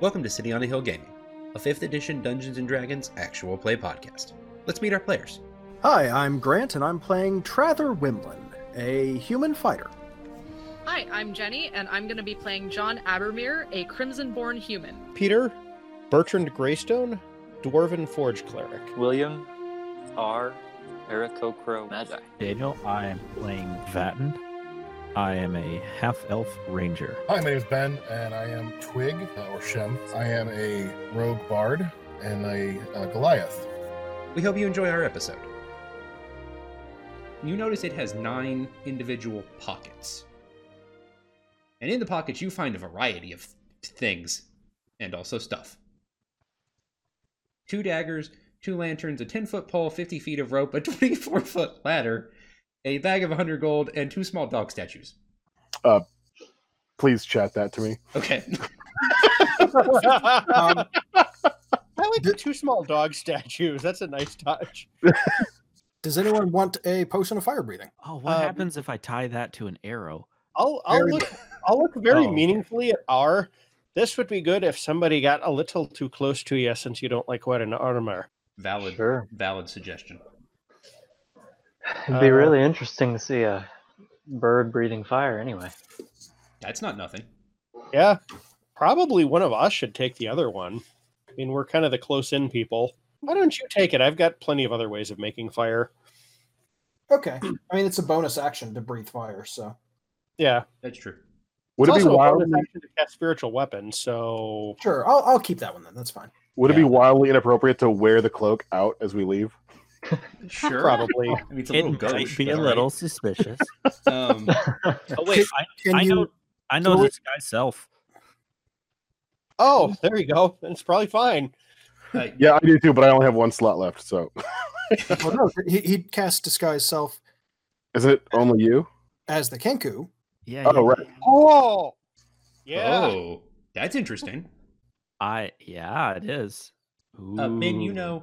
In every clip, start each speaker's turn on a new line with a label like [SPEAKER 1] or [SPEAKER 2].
[SPEAKER 1] Welcome to City on a Hill Gaming, a 5th edition Dungeons & Dragons actual play podcast. Let's meet our players.
[SPEAKER 2] Hi, I'm Grant, and I'm playing Trather Wimlin, a human fighter.
[SPEAKER 3] Hi, I'm Jenny, and I'm going to be playing John Abermere, a Crimson Born human.
[SPEAKER 4] Peter, Bertrand Greystone, Dwarven Forge Cleric.
[SPEAKER 5] William R. Aarakocro Magi.
[SPEAKER 6] Daniel. I am playing Vatten. I am a half elf ranger.
[SPEAKER 7] Hi, my name is Ben, and I am Twig, uh, or Shem. I am a rogue bard and a uh, Goliath.
[SPEAKER 1] We hope you enjoy our episode. You notice it has nine individual pockets. And in the pockets, you find a variety of things and also stuff two daggers, two lanterns, a 10 foot pole, 50 feet of rope, a 24 foot ladder, a bag of 100 gold, and two small dog statues.
[SPEAKER 7] Please chat that to me.
[SPEAKER 1] Okay.
[SPEAKER 8] Um,
[SPEAKER 2] Um,
[SPEAKER 4] I like the
[SPEAKER 2] Th-
[SPEAKER 4] two small dog statues. That's a nice touch.
[SPEAKER 2] Does anyone want a potion of fire breathing?
[SPEAKER 6] Oh, what
[SPEAKER 4] Um,
[SPEAKER 6] happens if I tie that to an arrow?
[SPEAKER 4] I'll, I'll
[SPEAKER 2] Very-
[SPEAKER 4] look. I'll look very
[SPEAKER 6] Oh.
[SPEAKER 4] meaningfully at R. This would be good if somebody got a little too close to you, since you don't like wearing armor.
[SPEAKER 1] Valid,
[SPEAKER 5] Sure.
[SPEAKER 1] valid suggestion.
[SPEAKER 5] It'd be
[SPEAKER 4] Uh,
[SPEAKER 5] really interesting to see a bird breathing fire anyway.
[SPEAKER 1] That's not nothing.
[SPEAKER 4] Uh, Yeah, probably one of us should take the other one. I mean, we're kind of the close-in people. Why don't you take it? I've got plenty of other ways of making fire.
[SPEAKER 2] Okay. I mean, it's a bonus action to breathe fire, so.
[SPEAKER 4] Yeah,
[SPEAKER 1] That's true.
[SPEAKER 8] Would it
[SPEAKER 4] It's
[SPEAKER 8] be
[SPEAKER 4] also a bonus
[SPEAKER 8] wildly
[SPEAKER 4] action to cast spiritual weapon? So
[SPEAKER 2] Sure, I'll, I'll keep that one then. That's fine.
[SPEAKER 8] would it be
[SPEAKER 1] Yeah.
[SPEAKER 8] wildly inappropriate to wear the cloak out as we leave?
[SPEAKER 1] Sure.
[SPEAKER 4] probably.
[SPEAKER 1] I mean, it's a
[SPEAKER 6] It
[SPEAKER 1] little
[SPEAKER 6] might
[SPEAKER 1] gauche,
[SPEAKER 6] be a
[SPEAKER 1] but all
[SPEAKER 6] little suspicious.
[SPEAKER 1] right. Um,
[SPEAKER 6] oh wait,
[SPEAKER 2] Can
[SPEAKER 6] I
[SPEAKER 2] you
[SPEAKER 6] know- I know
[SPEAKER 2] Well,
[SPEAKER 6] this guy's self.
[SPEAKER 4] Oh, there you go. It's probably fine.
[SPEAKER 1] uh,
[SPEAKER 8] Yeah, I do too, but I only have one slot left. So
[SPEAKER 2] well, Oh, no, he, he'd cast disguise self
[SPEAKER 8] is it only you?
[SPEAKER 2] as the Kenku.
[SPEAKER 6] Yeah.
[SPEAKER 8] Oh,
[SPEAKER 6] yeah,
[SPEAKER 8] right.
[SPEAKER 6] yeah.
[SPEAKER 4] Oh, yeah.
[SPEAKER 1] Oh, that's interesting.
[SPEAKER 6] I yeah, it is.
[SPEAKER 1] Uh, ben, you
[SPEAKER 6] Ooh.
[SPEAKER 1] know,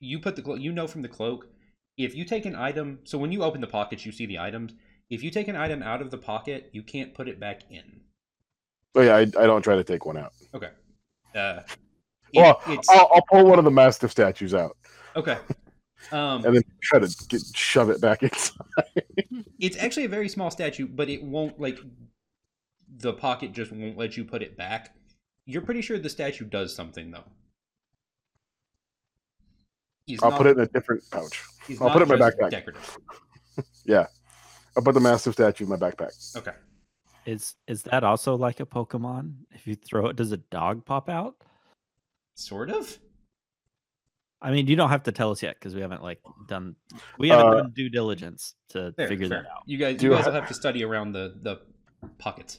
[SPEAKER 1] you put the clo- you know from the cloak. If you take an item, so when you open the pockets, you see the items. If you take an item out of the pocket, you can't put it back in.
[SPEAKER 8] Oh yeah, I, I don't try to take one out.
[SPEAKER 1] Uh, it-
[SPEAKER 8] Well,
[SPEAKER 1] it's
[SPEAKER 8] I'll, I'll pull one of the mastiff statues out
[SPEAKER 1] okay. Um,
[SPEAKER 8] and then try to get, shove it back inside.
[SPEAKER 1] it's actually a very small statue, but it won't like the pocket just won't let you put it back. You're pretty sure the statue does something though. He's
[SPEAKER 8] I'll
[SPEAKER 1] not-
[SPEAKER 8] put it in a different pouch.
[SPEAKER 1] he's
[SPEAKER 8] I'll
[SPEAKER 1] not
[SPEAKER 8] put it in my
[SPEAKER 1] just
[SPEAKER 8] backpack.
[SPEAKER 1] Decorative.
[SPEAKER 8] I'll put the mastiff statue in my backpack.
[SPEAKER 1] Okay.
[SPEAKER 6] Is is that also like a Pokemon? If you throw it, does a dog pop out?
[SPEAKER 1] Sort of.
[SPEAKER 6] I mean, you don't have to tell us yet because we haven't like done we haven't
[SPEAKER 8] Uh,
[SPEAKER 6] done due diligence to
[SPEAKER 1] Fair,
[SPEAKER 6] figure
[SPEAKER 1] fair.
[SPEAKER 6] that out.
[SPEAKER 1] You guys,
[SPEAKER 8] Do
[SPEAKER 1] you
[SPEAKER 8] I-
[SPEAKER 1] guys will have to study around the the pockets.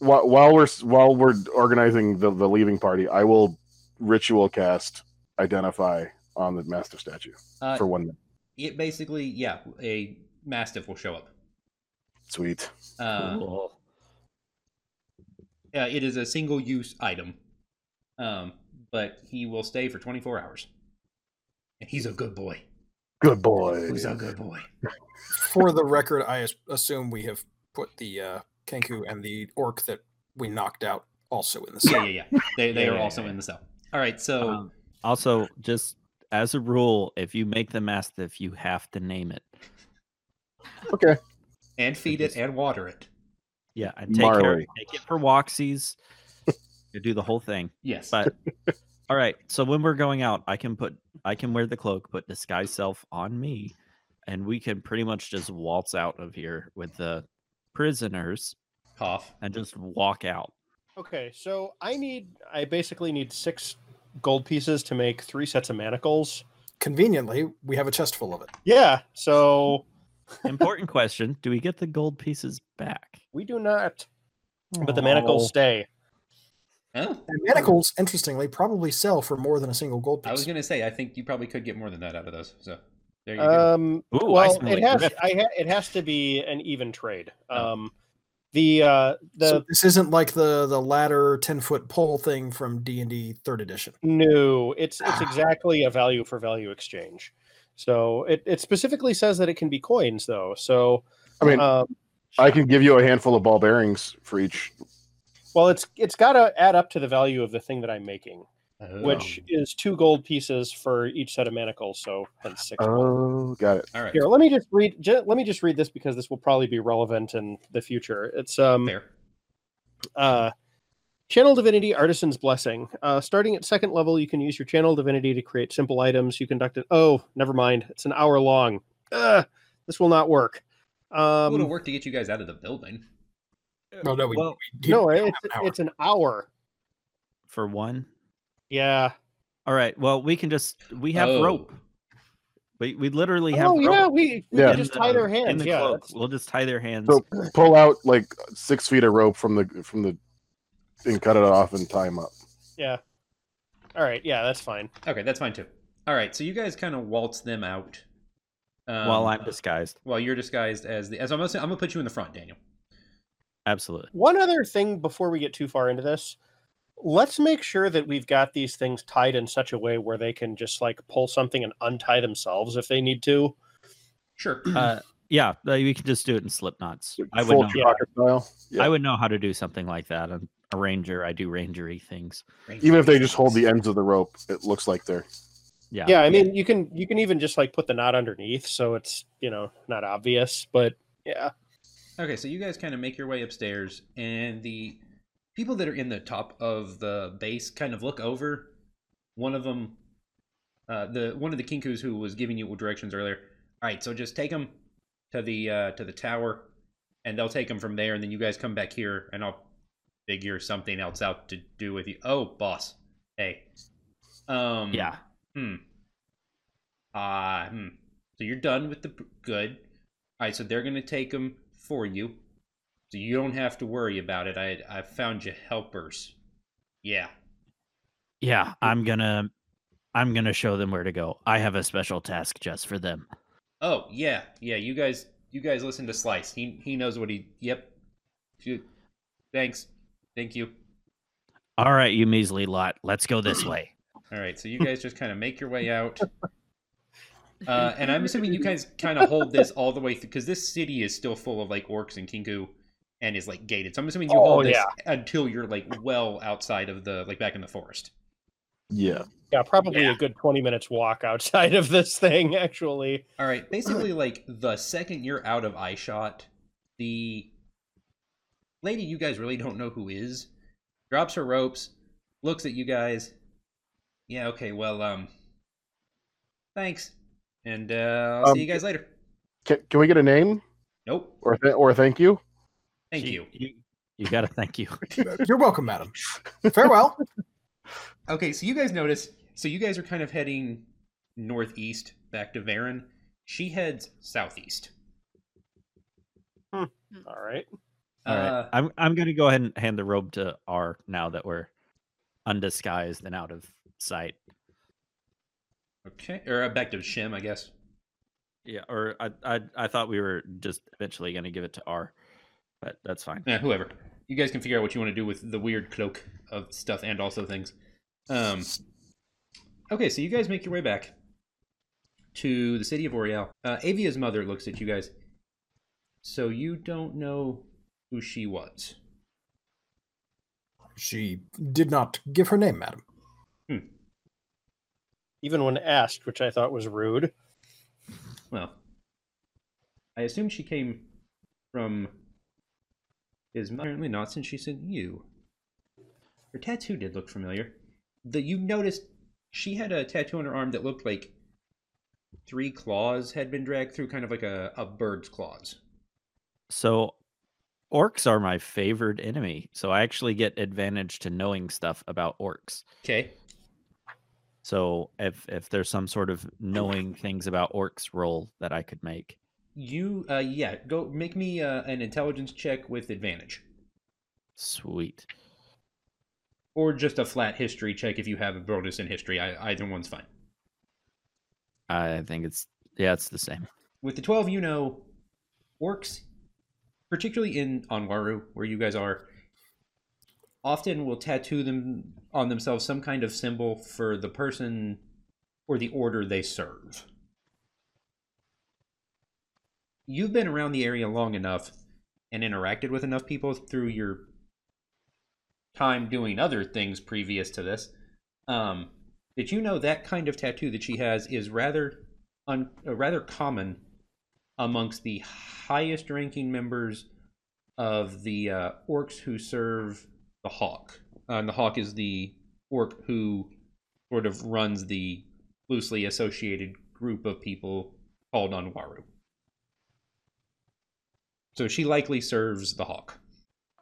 [SPEAKER 8] While, while we're s- while we're organizing the, the leaving party, I will ritual cast identify on the mastiff statue
[SPEAKER 1] Uh,
[SPEAKER 8] for one minute.
[SPEAKER 1] It basically, yeah, a mastiff will show up.
[SPEAKER 8] Sweet.
[SPEAKER 1] Uh,
[SPEAKER 6] Cool.
[SPEAKER 1] uh, it is a single use item, um, but he will stay for 24 hours. And he's a good boy.
[SPEAKER 8] Good boy.
[SPEAKER 1] He's a good boy.
[SPEAKER 2] For the record, I as- assume we have put the uh, Kenku and the orc that we knocked out also in the
[SPEAKER 1] Yeah,
[SPEAKER 2] same.
[SPEAKER 1] yeah, yeah. They they
[SPEAKER 6] Yeah,
[SPEAKER 1] are
[SPEAKER 6] yeah,
[SPEAKER 1] also
[SPEAKER 6] yeah.
[SPEAKER 1] in the cell. All right, so
[SPEAKER 6] Um, also, just as a rule, if you make the mastiff, you have to name it.
[SPEAKER 8] Okay.
[SPEAKER 1] and feed it and water it.
[SPEAKER 6] Yeah, and take care,
[SPEAKER 8] Marley.
[SPEAKER 6] take it for walksies. you do the whole thing.
[SPEAKER 1] Yes.
[SPEAKER 6] But all right, so when we're going out, I can put I can wear the cloak, put disguise self on me, and we can pretty much just waltz out of here with the prisoners
[SPEAKER 1] Cough.
[SPEAKER 6] and just walk out.
[SPEAKER 4] Okay, so I need. I basically need six gold pieces to make three sets of manacles.
[SPEAKER 2] Conveniently, we have a chest full of it.
[SPEAKER 4] Yeah. So
[SPEAKER 6] Important question: Do we get the gold pieces back?
[SPEAKER 4] we do not, but the manacles stay.
[SPEAKER 1] Oh,
[SPEAKER 2] And manacles, interestingly, probably sell for more than a single gold piece.
[SPEAKER 1] I was gonna say I think you probably could get more than that out of those. So there you go.
[SPEAKER 4] Um.
[SPEAKER 6] Ooh, I
[SPEAKER 4] well,
[SPEAKER 6] smell
[SPEAKER 4] it
[SPEAKER 6] like
[SPEAKER 4] has.
[SPEAKER 6] grift.
[SPEAKER 4] I ha- it has to be an even trade.
[SPEAKER 1] Oh.
[SPEAKER 4] Um. The uh the
[SPEAKER 2] So this isn't like the the ladder ten foot pole thing from D and D third edition.
[SPEAKER 4] No, it's it's exactly a value for value exchange. So it, it specifically says that it can be coins though. So
[SPEAKER 8] I mean,
[SPEAKER 4] um,
[SPEAKER 8] I can give you a handful of ball bearings for each
[SPEAKER 4] Well, it's it's got to add up to the value of the thing that I'm making,
[SPEAKER 1] Oh.
[SPEAKER 4] which is two gold pieces for each set of manacles, so hence six. gold.
[SPEAKER 8] Oh, got it.
[SPEAKER 1] all right,
[SPEAKER 4] Here, let me just read. ju- Let me just read this because this will probably be relevant in the future. It's um.
[SPEAKER 1] fair.
[SPEAKER 4] uh, channel divinity artisan's blessing uh, starting at second level you can use your channel divinity to create simple items you conduct an oh never mind it's an hour long Ugh, this will not work
[SPEAKER 1] a little
[SPEAKER 4] um,
[SPEAKER 1] work to get you guys out of the building.
[SPEAKER 2] No, no, we,
[SPEAKER 6] well,
[SPEAKER 2] we-
[SPEAKER 4] no
[SPEAKER 2] we don't
[SPEAKER 4] it's,
[SPEAKER 2] have power.
[SPEAKER 4] it's an hour
[SPEAKER 6] for one.
[SPEAKER 4] yeah
[SPEAKER 6] All right. Well, we can just we have
[SPEAKER 1] Oh.
[SPEAKER 6] rope. We we literally have
[SPEAKER 4] oh
[SPEAKER 6] rope.
[SPEAKER 4] yeah we, we
[SPEAKER 8] Yeah.
[SPEAKER 4] can
[SPEAKER 6] in
[SPEAKER 4] just
[SPEAKER 6] the-
[SPEAKER 4] tie their
[SPEAKER 6] in
[SPEAKER 4] hands
[SPEAKER 6] the
[SPEAKER 4] yeah
[SPEAKER 6] cloak.
[SPEAKER 4] that's-
[SPEAKER 6] We'll just tie their hands.
[SPEAKER 8] So pull out like six feet of rope from the from the and cut it off and tie him up.
[SPEAKER 4] yeah all right yeah that's fine
[SPEAKER 1] Okay, that's fine too. All right, so you guys kind of waltz them out. Um,
[SPEAKER 6] while I'm disguised.
[SPEAKER 1] while you're disguised as the as I'm gonna, say- I'm gonna put you in the front, Daniel.
[SPEAKER 6] Absolutely.
[SPEAKER 4] one other thing before we get too far into this let's make sure that we've got these things tied in such a way where they can just like pull something and untie themselves if they need to
[SPEAKER 1] Sure.
[SPEAKER 6] Uh, yeah, like, we can just do it in slip knots. I would
[SPEAKER 8] Full
[SPEAKER 6] know.
[SPEAKER 8] Chewbacca style. Yeah.
[SPEAKER 6] I would know how to do something like that. I'm a ranger. I do rangery things.
[SPEAKER 8] Even if they just hold the ends of the rope, it looks like they're
[SPEAKER 6] Yeah.
[SPEAKER 4] yeah i mean you can you can even just like put the knot underneath so it's you know not obvious but yeah
[SPEAKER 1] Okay, so you guys kind of make your way upstairs, and the people that are in the top of the base kind of look over. One of them, uh, the one of the kinkus who was giving you directions earlier. All right, so just take them to the uh, to the tower, and they'll take them from there, and then you guys come back here, and I'll figure something else out to do with you. Oh, boss, hey, um,
[SPEAKER 6] Yeah.
[SPEAKER 1] Hmm. Ah, hmm. So you're done with the p- good. All right, so they're gonna take them for you, so you don't have to worry about it. I I found you helpers. Yeah.
[SPEAKER 6] Yeah. I'm gonna I'm gonna show them where to go. I have a special task just for them.
[SPEAKER 1] Oh yeah, yeah. You guys, you guys listen to Slice. He he knows what he. Yep. You- Thanks. Thank you.
[SPEAKER 6] All right, you measly lot. Let's go this way.
[SPEAKER 1] All right, so you guys just kind of make your way out. Uh, and I'm assuming you guys kind of hold this all the way through because this city is still full of like orcs and kinku, and is like gated. So I'm assuming you
[SPEAKER 4] Oh,
[SPEAKER 1] hold this
[SPEAKER 4] yeah.
[SPEAKER 1] until you're like well outside of the like back in the forest.
[SPEAKER 8] yeah.
[SPEAKER 4] yeah probably a good 20 minutes walk outside of this thing actually
[SPEAKER 1] All right, basically like the second you're out of eye shot, the lady you guys really don't know who is drops her ropes, looks at you guys. Yeah, okay, well, um, thanks, and uh, I'll
[SPEAKER 8] Um,
[SPEAKER 1] see you guys later.
[SPEAKER 8] Can, can we get a name
[SPEAKER 1] Nope.
[SPEAKER 8] or th- or a thank you?
[SPEAKER 1] Thank you.
[SPEAKER 6] You, you gotta thank you.
[SPEAKER 2] You're welcome, madam. Farewell.
[SPEAKER 1] Okay, so you guys notice. So you guys are kind of heading northeast back to Varen. She heads southeast.
[SPEAKER 4] all right
[SPEAKER 6] All right.
[SPEAKER 1] Uh,
[SPEAKER 6] I'm I'm gonna go ahead and hand the robe to R now that we're undisguised and out of sight.
[SPEAKER 1] okay, or uh, back to Shim, I guess.
[SPEAKER 6] Yeah, or I I I thought we were just eventually gonna give it to R, but that's fine.
[SPEAKER 1] Yeah, whoever. You guys can figure out what you want to do with the weird cloak of stuff and also things. Um. Okay, so you guys make your way back to the city of Oriel. Uh, Avia's mother looks at you guys. So you don't know who she was.
[SPEAKER 2] She did not give her name, madam.
[SPEAKER 4] even when asked which i thought was rude
[SPEAKER 1] Well, I assume she came from his mother. Apparently not, since she said you. Her tattoo did look familiar. The, you noticed she had a tattoo on her arm that looked like three claws had been dragged through, kind of like a, a bird's claws.
[SPEAKER 6] So orcs are my favorite enemy, so I actually get advantage to knowing stuff about orcs.
[SPEAKER 1] Okay.
[SPEAKER 6] So if if there's some sort of knowing things about orcs role that I could make.
[SPEAKER 1] You, uh, yeah, go make me uh, an intelligence check with advantage.
[SPEAKER 6] Sweet.
[SPEAKER 1] Or just a flat history check if you have a bonus in history. I, either one's fine.
[SPEAKER 6] I think it's yeah, it's the same.
[SPEAKER 1] with the 12 you know orcs particularly in onwaru where you guys are often will tattoo them on themselves some kind of symbol for the person or the order they serve you've been around the area long enough and interacted with enough people through your time doing other things previous to this. Um, did you know that kind of tattoo that she has is rather un, uh, rather common amongst the highest ranking members of the uh, orcs who serve the hawk. Uh, and the hawk is the orc who sort of runs the loosely associated group of people called Onwaru. So she likely serves the hawk.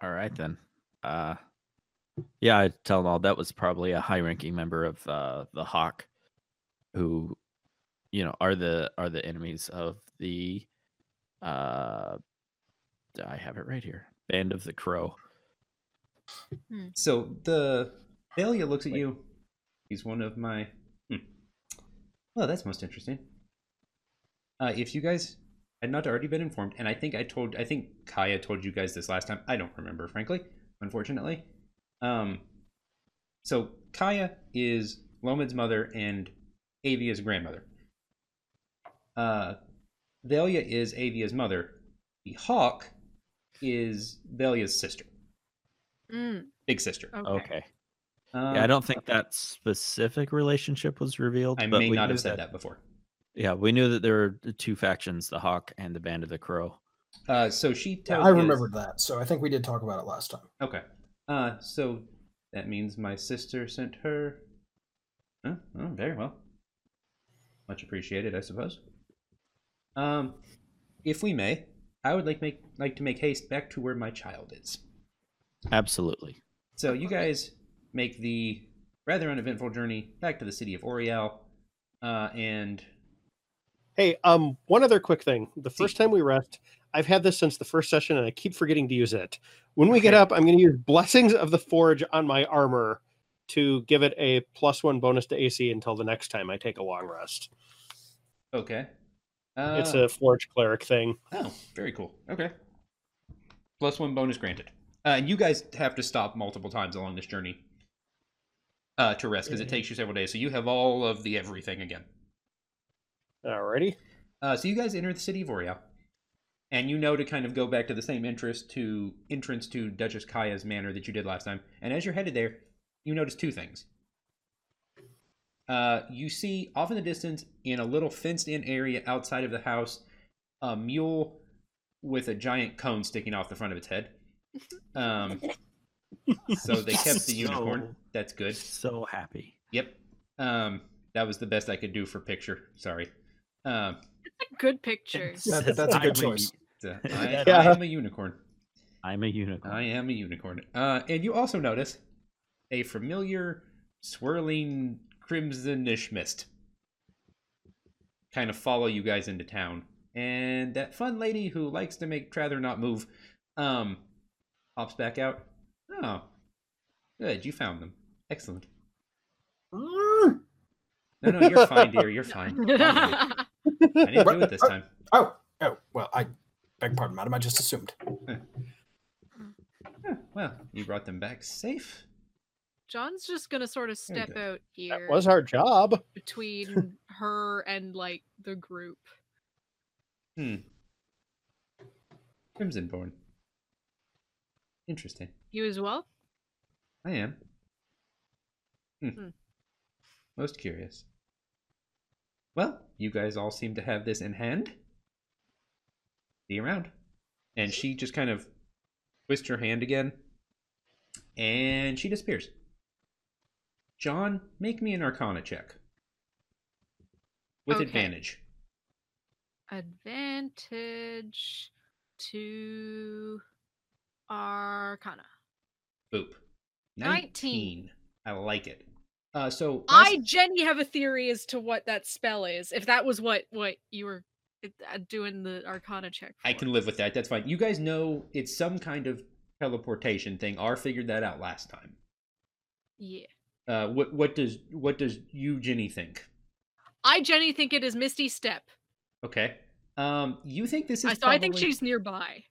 [SPEAKER 6] All right then. Uh yeah, I tell them all that was probably a high ranking member of uh the Hawk who you know are the are the enemies of the uh I have it right here. Band of the Crow.
[SPEAKER 1] So the Valia looks at you. He's one of my. Hmm. Well, that's most interesting. Uh, if you guys had not already been informed, and I think I told, I think Kaya told you guys this last time. I don't remember, frankly, unfortunately. Um, so Kaya is Lomid's mother and Avia's grandmother. Uh, Velia is Avia's mother. The hawk is Velia's sister,
[SPEAKER 3] Mm,
[SPEAKER 1] big sister.
[SPEAKER 3] okay.
[SPEAKER 6] Okay.
[SPEAKER 1] Um,
[SPEAKER 6] yeah, I don't think that specific relationship was revealed.
[SPEAKER 1] I
[SPEAKER 6] but
[SPEAKER 1] may
[SPEAKER 6] we
[SPEAKER 1] not
[SPEAKER 6] knew
[SPEAKER 1] have said that before.
[SPEAKER 6] Yeah, we knew that there were the two factions, the Hawk and the Band of the Crow.
[SPEAKER 1] Uh, so she tells.
[SPEAKER 2] I
[SPEAKER 1] you-
[SPEAKER 2] remembered that, so I think we did talk about it last time.
[SPEAKER 1] Okay. Uh, so that means my sister sent her. Huh? Oh, very well. Much appreciated, I suppose. Um, if we may, I would like make like to make haste back to where my child is.
[SPEAKER 6] Absolutely.
[SPEAKER 1] So you guys make the rather uneventful journey back to the city of Oriel, uh, and
[SPEAKER 4] Hey, um, one other quick thing. The first time we rest, I've had this since the first session, and I keep forgetting to use it. When we get
[SPEAKER 1] Okay.
[SPEAKER 4] up, I'm going to use blessings of the forge on my armor to give it a plus one bonus to AC until the next time I take a long rest.
[SPEAKER 1] okay. Uh,
[SPEAKER 4] it's a forge cleric thing.
[SPEAKER 1] Oh, very cool. Okay. Plus one bonus granted. Uh, and you guys have to stop multiple times along this journey uh, to rest because it takes you several days. So you have all of the everything again.
[SPEAKER 4] Alrighty.
[SPEAKER 1] Uh, so you guys enter the city of Oriel, and you know to kind of go back to the same interest to entrance to Duchess Kaya's manor that you did last time. And as you're headed there, you notice two things. Uh, you see off in the distance, in a little fenced-in area outside of the house, a mule with a giant cone sticking off the front of its head. Um, so they kept the unicorn. That's good.
[SPEAKER 6] So happy.
[SPEAKER 1] Yep. Um, that was the best I could do for picture. Sorry. Um,
[SPEAKER 3] Good picture.
[SPEAKER 2] That- that's a good choice.
[SPEAKER 1] uh, I,
[SPEAKER 6] Yeah.
[SPEAKER 1] I am a unicorn.
[SPEAKER 6] I'm a unicorn.
[SPEAKER 1] I am a unicorn. Uh, and you also notice a familiar swirling crimsonish mist kind of follow you guys into town. And that fun lady who likes to make Trather not move um, pops back out. Oh, good. You found them. Excellent. No, no, you're fine, dear. You're fine. I didn't do it this time.
[SPEAKER 2] Oh, oh, well, I beg pardon, madam. I just assumed.
[SPEAKER 1] Huh, Well, you brought them back safe.
[SPEAKER 3] John's just gonna sort of
[SPEAKER 1] Very
[SPEAKER 3] step
[SPEAKER 1] good.
[SPEAKER 3] out here
[SPEAKER 4] That was our job.
[SPEAKER 3] between her and like the group.
[SPEAKER 1] Hmm. Crimsonborn. Interesting.
[SPEAKER 3] You as well?
[SPEAKER 1] I am. Hmm.
[SPEAKER 3] Hmm.
[SPEAKER 1] Most curious. Well, you guys all seem to have this in hand. See you around. And she just kind of twists her hand again. And she disappears. John, make me an arcana check. With
[SPEAKER 3] Okay.
[SPEAKER 1] advantage.
[SPEAKER 3] Advantage to Arcana.
[SPEAKER 1] Boop.
[SPEAKER 3] 19.
[SPEAKER 1] I like it. Uh, so
[SPEAKER 3] I, Jenny, have a theory as to what that spell is. If that was what what you were uh, doing the Arcana check.
[SPEAKER 1] I
[SPEAKER 3] for.
[SPEAKER 1] can live with that. That's fine. You guys know it's some kind of teleportation thing. R figured that out last time.
[SPEAKER 3] Yeah.
[SPEAKER 1] Uh, what what does what does you Jenny think?
[SPEAKER 3] I, Jenny, think it is Misty Step.
[SPEAKER 1] Okay. Um, you think this is
[SPEAKER 3] I, Uh, so I think
[SPEAKER 1] probably-
[SPEAKER 3] she's nearby.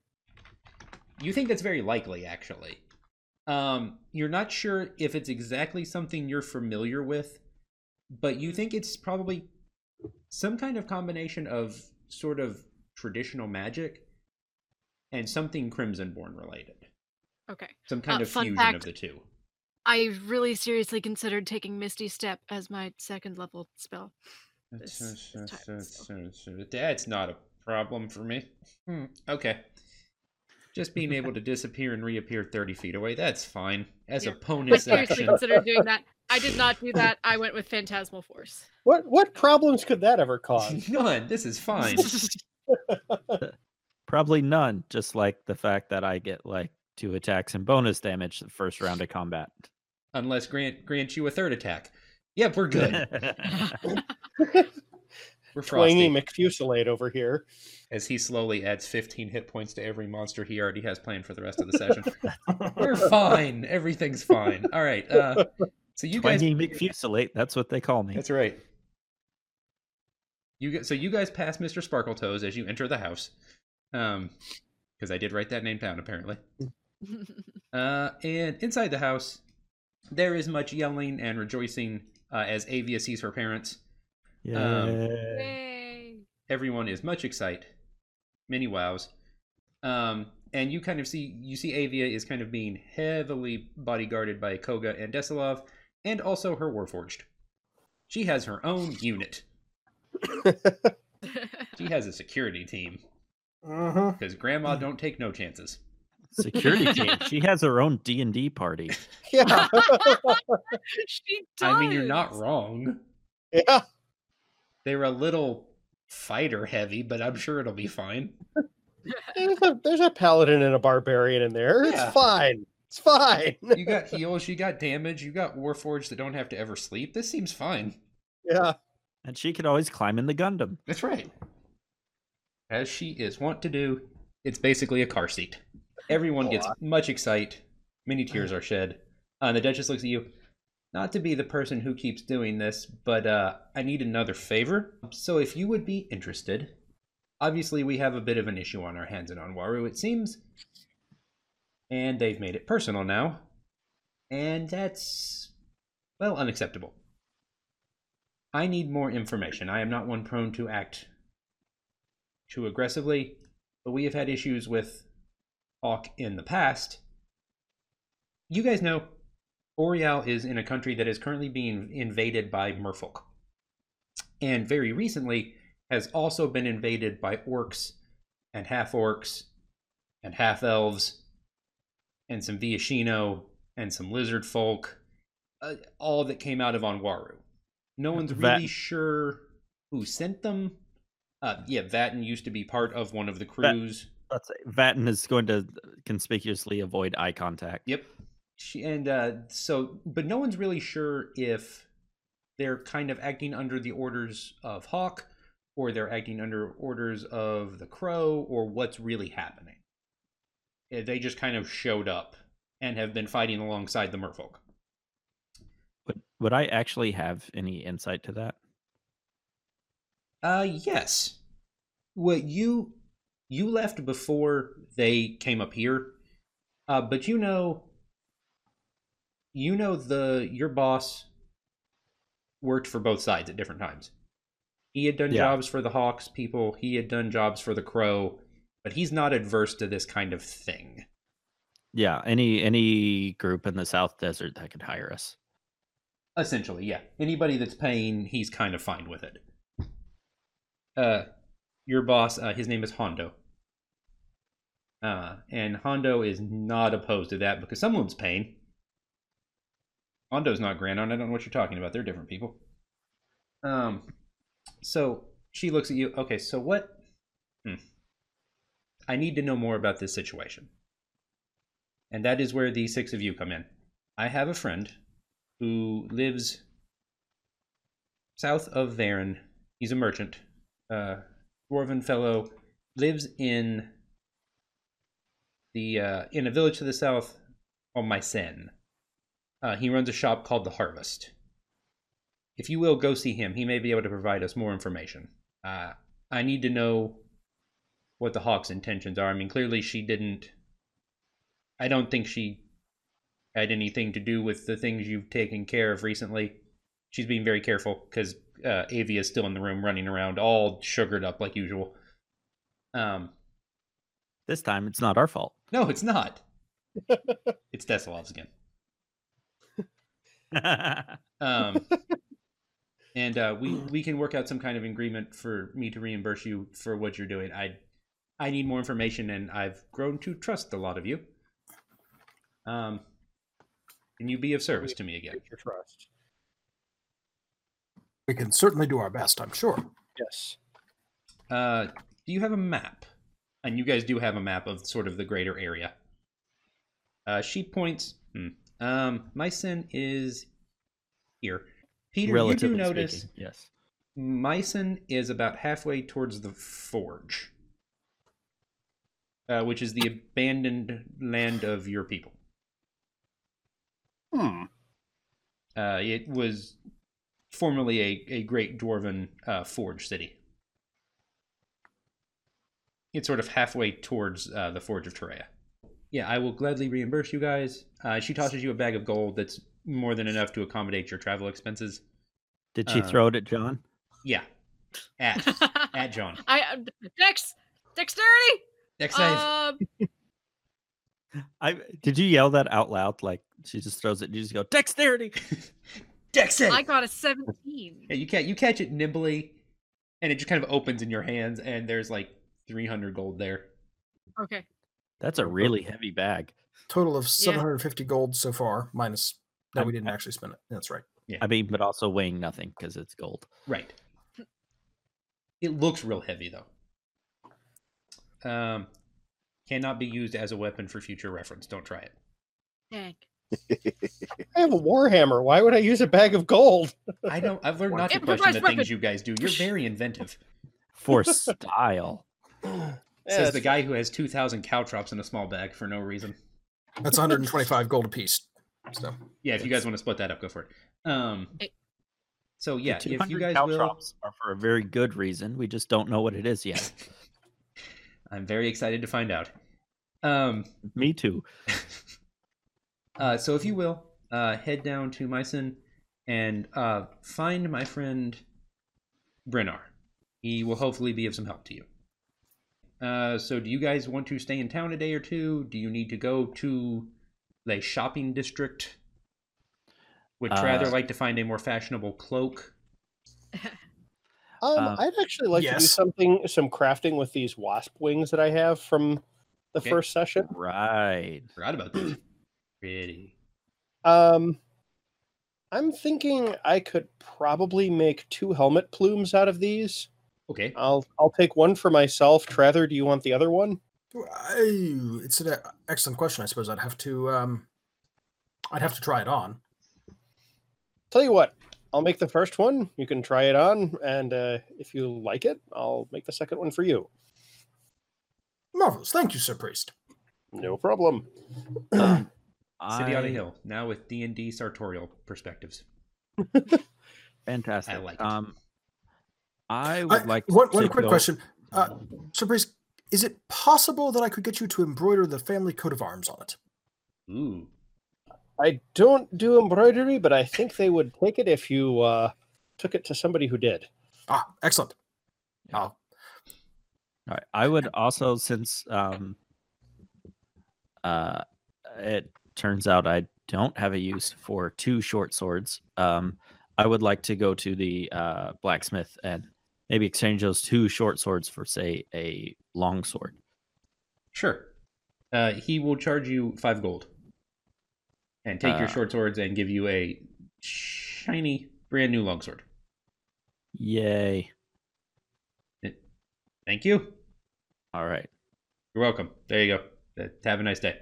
[SPEAKER 1] you think that's very likely actually. Um, you're not sure if it's exactly something you're familiar with, but you think it's probably some kind of combination of sort of traditional magic and something crimsonborn related.
[SPEAKER 3] Okay.
[SPEAKER 1] Some kind
[SPEAKER 3] Uh,
[SPEAKER 1] of
[SPEAKER 3] fun
[SPEAKER 1] fusion
[SPEAKER 3] fact,
[SPEAKER 1] of the two.
[SPEAKER 3] I really seriously considered taking Misty Step as my second level spell. This- this time, so.
[SPEAKER 1] That's not a problem for me. Hmm, okay. Just being able to disappear and reappear 30 feet away, that's fine. As
[SPEAKER 3] Yeah.
[SPEAKER 1] a bonus
[SPEAKER 3] But seriously
[SPEAKER 1] action.
[SPEAKER 3] considered doing that. I did not do that. I went with Phantasmal Force.
[SPEAKER 4] What what problems could that ever cause?
[SPEAKER 1] None. This is fine.
[SPEAKER 6] Probably none, just like the fact that I get like two attacks and bonus damage the first round of combat.
[SPEAKER 1] Unless Grant grants you a third attack. Yep, we're good. We're
[SPEAKER 4] Twangy
[SPEAKER 1] frosty.
[SPEAKER 4] McFusilade over here.
[SPEAKER 1] as he slowly adds 15 hit points to every monster he already has planned for the rest of the session. We're fine. Everything's fine. All right. Uh, so you guys.
[SPEAKER 6] Twangy McFusilate, that's what they call me.
[SPEAKER 1] That's right. You get, so you guys pass Mr. Sparkletoes as you enter the house, um, because I did write that name down apparently. Uh, and inside the house, there is much yelling and rejoicing uh, as Avia sees her parents. Um,
[SPEAKER 6] Yay.
[SPEAKER 3] Yay.
[SPEAKER 1] everyone is much excited many wows um and you kind of see you see avia is kind of being heavily bodyguarded by koga and desilov and also her warforged she has her own unit she has a security team
[SPEAKER 2] Mm-hmm.
[SPEAKER 1] because grandma don't take no chances
[SPEAKER 6] Security team. She has her own D and D party.
[SPEAKER 4] Yeah.
[SPEAKER 3] she does.
[SPEAKER 1] i mean you're not wrong
[SPEAKER 4] yeah.
[SPEAKER 1] they're a little fighter heavy but i'm sure it'll be fine
[SPEAKER 4] There's a, there's a paladin and a barbarian in there.
[SPEAKER 1] Yeah.
[SPEAKER 4] It's fine. It's fine.
[SPEAKER 1] you got heals you got damage you got warforged that don't have to ever sleep this seems fine
[SPEAKER 4] Yeah.
[SPEAKER 6] And she could always climb in the Gundam.
[SPEAKER 1] That's right. As she is wont to do, it's basically a car seat. Everyone gets much excite. Many tears are shed. Uh, and the Duchess looks at you. Not to be the person who keeps doing this, but uh, I need another favor. So if you would be interested, obviously we have a bit of an issue on our hands in Onwaru, it seems. And they've made it personal now. And that's, well, unacceptable. I need more information. I am not one prone to act too aggressively, but we have had issues with Hawk in the past. You guys know Oriel is in a country that is currently being invaded by merfolk. And very recently has also been invaded by orcs and half orcs and half elves and some Viashino and some lizard folk. Uh, all that came out of Onwaru. No one's
[SPEAKER 6] Vat-
[SPEAKER 1] really sure who sent them. Uh, yeah, Vatten used to be part of one of the crews.
[SPEAKER 6] Let's say Vatten is going to uh, conspicuously avoid eye contact.
[SPEAKER 1] Yep. She, and uh, so, but no one's really sure if they're kind of acting under the orders of Hawk or they're acting under orders of the Crow or what's really happening. Uh, They just kind of showed up and have been fighting alongside the merfolk.
[SPEAKER 6] Would would I actually have any insight to that?
[SPEAKER 1] Uh, yes. Well, you you left before they came up here, uh, but you know, you know the your boss worked for both sides at different times. He had done
[SPEAKER 6] Yeah.
[SPEAKER 1] jobs for the Hawks people. He had done jobs for the Crow, but he's not adverse to this kind of thing.
[SPEAKER 6] Yeah, any any group in the South Desert that could hire us.
[SPEAKER 1] Essentially, yeah. Anybody that's paying, he's kind of fine with it. Uh, your boss, uh, his name is Hondo. Uh, and Hondo is not opposed to that because someone's paying. Hondo's not grand on. I don't know what you're talking about. They're different people. Um, so she looks at you. Okay, so what? Hmm. I need to know more about this situation. And that is where the six of you come in. I have a friend who lives south of Varen. He's a merchant, uh, dwarven fellow, lives in the uh, in a village to the south called Mycen. Uh, he runs a shop called the Harvest. If you will go see him, he may be able to provide us more information. Uh, I need to know what the Hawk's intentions are. I mean, clearly she didn't. I don't think she had anything to do with the things you've taken care of recently. She's being very careful because uh, Avia is still in the room, running around, all sugared up like usual. Um,
[SPEAKER 6] This time it's not our fault.
[SPEAKER 1] no, it's not. it's Desilov's again. Um, and uh, we we can work out some kind of agreement for me to reimburse you for what you're doing. I I need more information, and I've grown to trust a lot of you. Um, can you be of service to me again?
[SPEAKER 4] Future trust.
[SPEAKER 2] We can certainly do our best, I'm sure.
[SPEAKER 4] Yes.
[SPEAKER 1] Uh, do you have a map? And you guys do have a map of sort of the greater area. Uh, she points. Hmm, um, Mycen is here. Peter, you do notice
[SPEAKER 6] speaking, yes.
[SPEAKER 1] Mycen is about halfway towards the forge, uh, which is the abandoned land of your people.
[SPEAKER 4] Hmm.
[SPEAKER 1] Uh, it was formerly a, a great dwarven uh, forge city. It's sort of halfway towards uh, the Forge of Torreya. Yeah, I will gladly reimburse you guys. Uh, she tosses you a bag of gold that's more than enough to accommodate your travel expenses.
[SPEAKER 6] Did she
[SPEAKER 1] uh,
[SPEAKER 6] throw it at John?
[SPEAKER 1] Yeah. At, at John.
[SPEAKER 3] I um, dex dexterity.
[SPEAKER 1] Next save.
[SPEAKER 3] Um,
[SPEAKER 6] I did you yell that out loud? Like she just throws it. And you just go dexterity.
[SPEAKER 1] Dex save!
[SPEAKER 3] I got a seventeen.
[SPEAKER 1] Yeah, you catch you catch it nimbly, and it just kind of opens in your hands, and there's like 300 gold there.
[SPEAKER 3] Okay.
[SPEAKER 6] That's a really heavy bag.
[SPEAKER 2] Total of 750 gold so far, minus. No, we didn't actually spend it. That's right.
[SPEAKER 6] I mean, but also weighing nothing because it's gold.
[SPEAKER 1] Right. It looks real heavy though. Um, cannot be used as a weapon for future reference. Don't try it.
[SPEAKER 3] Dang.
[SPEAKER 4] I have a warhammer. Why would I use a bag of gold?
[SPEAKER 1] I don't. I've learned not to
[SPEAKER 3] Improvised
[SPEAKER 1] question the things
[SPEAKER 3] weapon.
[SPEAKER 1] you guys do. You're very inventive.
[SPEAKER 6] For style.
[SPEAKER 1] Says
[SPEAKER 4] Yes.
[SPEAKER 1] the guy who has 2,000 caltrops in a small bag for no reason.
[SPEAKER 2] That's 125 gold apiece. So
[SPEAKER 1] Yeah, if you guys want to split that up, go for it. Um.
[SPEAKER 3] Hey.
[SPEAKER 1] So
[SPEAKER 6] The
[SPEAKER 1] yeah, if you
[SPEAKER 6] 200
[SPEAKER 1] guys will,
[SPEAKER 6] caltrops are for a very good reason. We just don't know what it is yet.
[SPEAKER 1] I'm very excited to find out. Um.
[SPEAKER 6] Me too.
[SPEAKER 1] Uh, so if you will, uh, head down to Mycen and uh, find my friend Brennar. He will hopefully be of some help to you. Uh, so do you guys want to stay in town a day or two? Do you need to go to the shopping district? Would
[SPEAKER 6] Uh,
[SPEAKER 1] rather like to find a more fashionable cloak.
[SPEAKER 4] Um,
[SPEAKER 6] Uh,
[SPEAKER 4] I'd actually like to do
[SPEAKER 2] yes.
[SPEAKER 4] something, some crafting with these wasp wings that I have from the
[SPEAKER 1] Okay.
[SPEAKER 4] first session.
[SPEAKER 6] Right.
[SPEAKER 1] Forgot about this. Pretty.
[SPEAKER 4] Um, I'm thinking I could probably make two helmet plumes out of these.
[SPEAKER 1] Okay.
[SPEAKER 6] Uh,
[SPEAKER 4] I'll I'll take one for myself. Trather, do you want the other one?
[SPEAKER 2] I, it's an e- excellent question. I suppose I'd have to. Um, I'd have to try it on.
[SPEAKER 4] Tell you what, I'll make the first one. You can try it on, and uh, if you like it, I'll make the second one for you.
[SPEAKER 2] Marvelous. Thank you, Sir Priest.
[SPEAKER 4] No problem.
[SPEAKER 6] Um,
[SPEAKER 1] City on a
[SPEAKER 6] I-
[SPEAKER 1] hill. Now with D and D sartorial perspectives.
[SPEAKER 6] Fantastic.
[SPEAKER 1] like it.
[SPEAKER 6] Um, I would like.
[SPEAKER 2] one, one
[SPEAKER 6] to
[SPEAKER 2] quick
[SPEAKER 6] go-
[SPEAKER 2] question, uh, Sir Priest. Is it possible that I could get you to embroider the family coat of arms on it?
[SPEAKER 1] Ooh.
[SPEAKER 4] I don't do embroidery, but I think they would take it if you uh, took it to somebody who did.
[SPEAKER 2] Ah, excellent.
[SPEAKER 6] Yeah.
[SPEAKER 2] I'll-
[SPEAKER 6] All right. I would also, since um, uh, it turns out I don't have a use for two short swords, um, I would like to go to the uh, blacksmith and maybe exchange those two short swords for, say, a long sword.
[SPEAKER 1] Sure. Uh, he will charge you five gold. And take your
[SPEAKER 6] Uh,
[SPEAKER 1] short swords and give you a shiny, brand new longsword.
[SPEAKER 6] Yay.
[SPEAKER 1] Thank you.
[SPEAKER 6] All right.
[SPEAKER 1] You're welcome. There you go. Uh, Have a nice day.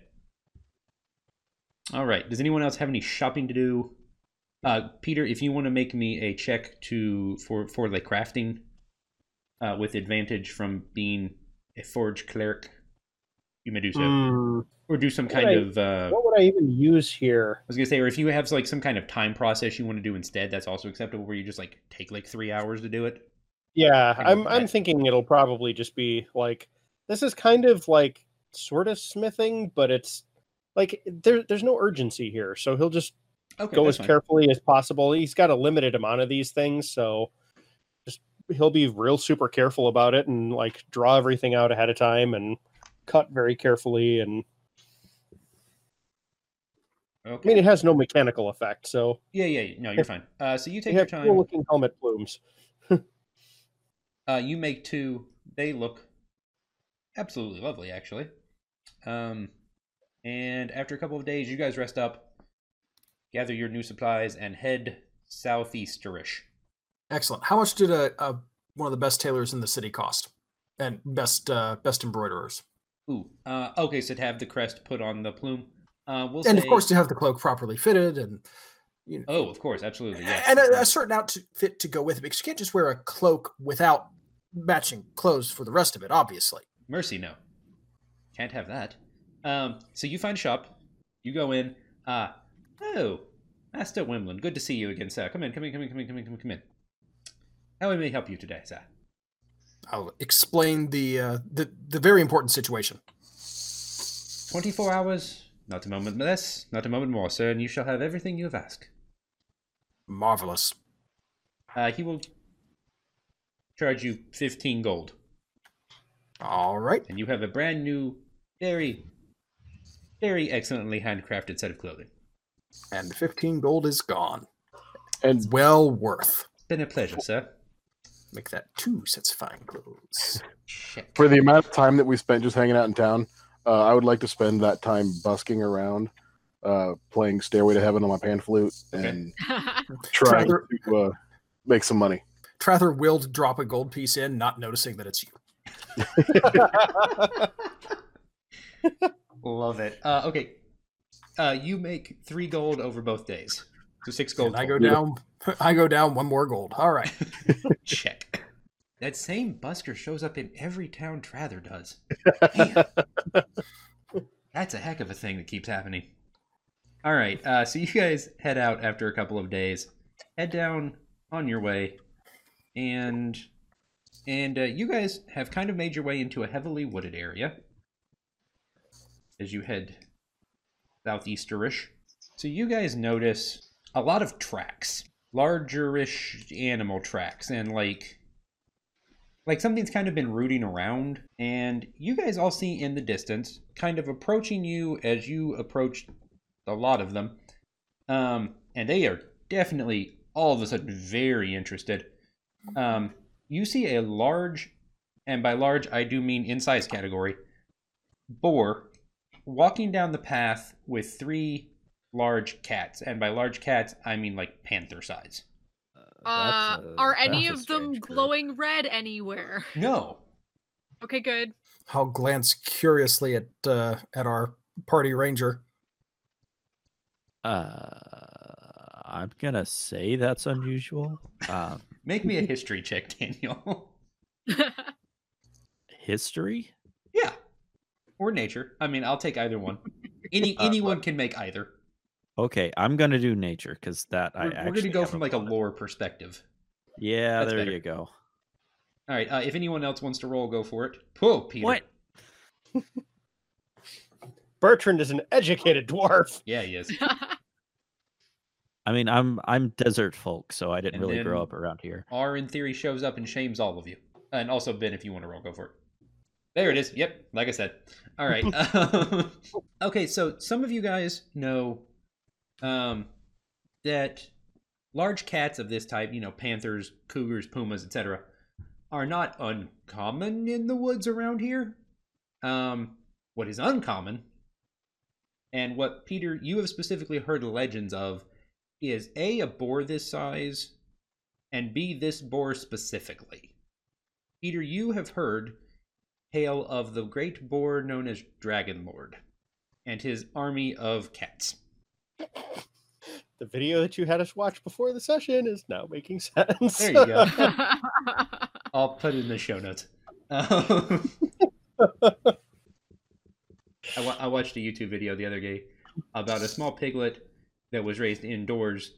[SPEAKER 1] All right. Does anyone else have any shopping to do? Uh, Peter, if you want to make me a check to for for the crafting, uh, with advantage from being a forge cleric, you may do so,
[SPEAKER 4] Hmm,
[SPEAKER 1] or do some kind
[SPEAKER 4] Alright.
[SPEAKER 1] of uh,
[SPEAKER 4] what would I even use here?
[SPEAKER 1] I was gonna say, or if you have like some kind of time process you want to do instead, that's also acceptable. Where you just like take like three hours to do it.
[SPEAKER 4] Yeah,
[SPEAKER 1] Kind of
[SPEAKER 4] I'm I'm
[SPEAKER 1] like-
[SPEAKER 4] thinking it'll probably just be like this is kind of like sort of smithing, but it's like there there's no urgency here, so he'll just
[SPEAKER 1] Okay,
[SPEAKER 4] go
[SPEAKER 1] that's
[SPEAKER 4] as
[SPEAKER 1] fine.
[SPEAKER 4] carefully as possible. He's got a limited amount of these things, so just he'll be real super careful about it and like draw everything out ahead of time and cut very carefully and I
[SPEAKER 1] Okay.
[SPEAKER 4] mean, it has no mechanical effect, so
[SPEAKER 1] yeah, yeah, yeah. No, you're fine. Uh, so you take
[SPEAKER 4] they
[SPEAKER 1] your
[SPEAKER 4] have
[SPEAKER 1] time.
[SPEAKER 4] cool looking helmet plumes.
[SPEAKER 1] Uh, you make two. They look absolutely lovely, actually. Um, and after a couple of days, you guys rest up, gather your new supplies, and head southeasterish.
[SPEAKER 2] Excellent. How much did a, a one of the best tailors in the city cost, and best uh, best embroiderers,
[SPEAKER 1] Ooh. Uh, okay, so to have the crest put on the plume, uh, we'll
[SPEAKER 2] and
[SPEAKER 1] say-
[SPEAKER 2] of course to have the cloak properly fitted and you know,
[SPEAKER 1] Oh, of course, absolutely. Yes.
[SPEAKER 2] and a,
[SPEAKER 1] Uh,
[SPEAKER 2] a certain outfit to go with it because you can't just wear a cloak without matching clothes for the rest of it. Obviously,
[SPEAKER 1] Mercy, no. Can't have that. Um, so you find a shop. You go in. Uh, oh, Master Wimlin, good to see you again, sir. Come in, come in, come in, come in, come in, come in, come in. How may we help you today, sir?
[SPEAKER 2] I'll explain the uh, the the very important situation.
[SPEAKER 1] 24 hours? Not a moment less, not a moment more, sir, and you shall have everything you have asked.
[SPEAKER 2] Marvelous.
[SPEAKER 1] Uh, he will charge you 15 gold,
[SPEAKER 2] All right.
[SPEAKER 1] and you have a brand new, very, very excellently handcrafted set of clothing.
[SPEAKER 2] And 15 gold is gone.
[SPEAKER 8] And
[SPEAKER 2] Well worth.
[SPEAKER 1] It's been a pleasure, sir.
[SPEAKER 2] Make that two sets of fine clothes.
[SPEAKER 1] Check.
[SPEAKER 8] for the amount of time that we spent just hanging out in town, uh, I would like to spend that time busking around, uh, playing Stairway to Heaven on my pan flute,
[SPEAKER 1] Okay.
[SPEAKER 8] and
[SPEAKER 3] I
[SPEAKER 8] trying
[SPEAKER 2] Rather-
[SPEAKER 8] to uh, make some money.
[SPEAKER 2] Trather will drop a gold piece in, not noticing that it's you.
[SPEAKER 1] Love it. Uh, okay. Uh, you make three gold over both days. So six gold.
[SPEAKER 2] And I go
[SPEAKER 1] total.
[SPEAKER 2] down. I go down one more gold. All right.
[SPEAKER 1] Check. That same busker shows up in every town Trather does. Man. That's a heck of a thing that keeps happening. All right. Uh, so you guys head out after a couple of days. Head down on your way. And. And uh, you guys have kind of made your way into a heavily wooded area as you head southeasterish. So you guys notice a lot of tracks, largerish animal tracks, and like like something's kind of been rooting around. And you guys all see in the distance, kind of approaching you as you approach a lot of them. Um, and they are definitely all of a sudden very interested. Um, you see a large, and by large I do mean in size category, boar walking down the path with three large cats, and by large cats I mean like panther size.
[SPEAKER 3] Uh,
[SPEAKER 6] that's a-
[SPEAKER 3] are
[SPEAKER 6] that's
[SPEAKER 3] any
[SPEAKER 6] a
[SPEAKER 3] of them
[SPEAKER 6] strange group.
[SPEAKER 3] glowing red anywhere?
[SPEAKER 1] No,
[SPEAKER 3] Okay, good.
[SPEAKER 2] I'll glance curiously at uh, at our party ranger.
[SPEAKER 6] Uh, I'm gonna say that's unusual. Um,
[SPEAKER 1] make me a history check, Daniel,
[SPEAKER 6] history.
[SPEAKER 1] or nature. I mean, I'll take either one. Any
[SPEAKER 6] Uh,
[SPEAKER 1] anyone can make either.
[SPEAKER 6] Okay, I'm gonna do nature because that I
[SPEAKER 1] We're,
[SPEAKER 6] actually
[SPEAKER 1] we're gonna go
[SPEAKER 6] have
[SPEAKER 1] from like a
[SPEAKER 6] bonus.
[SPEAKER 1] lore perspective.
[SPEAKER 6] Yeah,
[SPEAKER 1] That's
[SPEAKER 6] there
[SPEAKER 1] better.
[SPEAKER 6] you go.
[SPEAKER 1] All right. Uh, if anyone else wants to roll, go for it. Whoa, Peter.
[SPEAKER 6] What?
[SPEAKER 4] Bertrand is an educated dwarf.
[SPEAKER 1] Yeah, he is.
[SPEAKER 6] I mean, I'm I'm desert folk, so I
[SPEAKER 1] And
[SPEAKER 6] didn't really grow
[SPEAKER 1] then-
[SPEAKER 6] up around here.
[SPEAKER 1] R in theory shows up and shames all of you. And also Ben, if you want to roll, go for it. There it is. Yep, like I said. All right. Um, okay, so some of you guys know um, that large cats of this type, you know, panthers, cougars, pumas, etc., are not uncommon in the woods around here. Um, what is uncommon, and what Peter, you have specifically heard legends of, is a a boar this size and be this boar specifically. Peter, you have heard tale of the great boar known as Dragon Lord and his army of cats.
[SPEAKER 4] The video that you had us watch before the session is now making sense.
[SPEAKER 1] There you go.
[SPEAKER 3] Oh That's
[SPEAKER 1] I'll put it in the show notes. Um, I, wa- I watched a YouTube video the other day about a small piglet that was raised indoors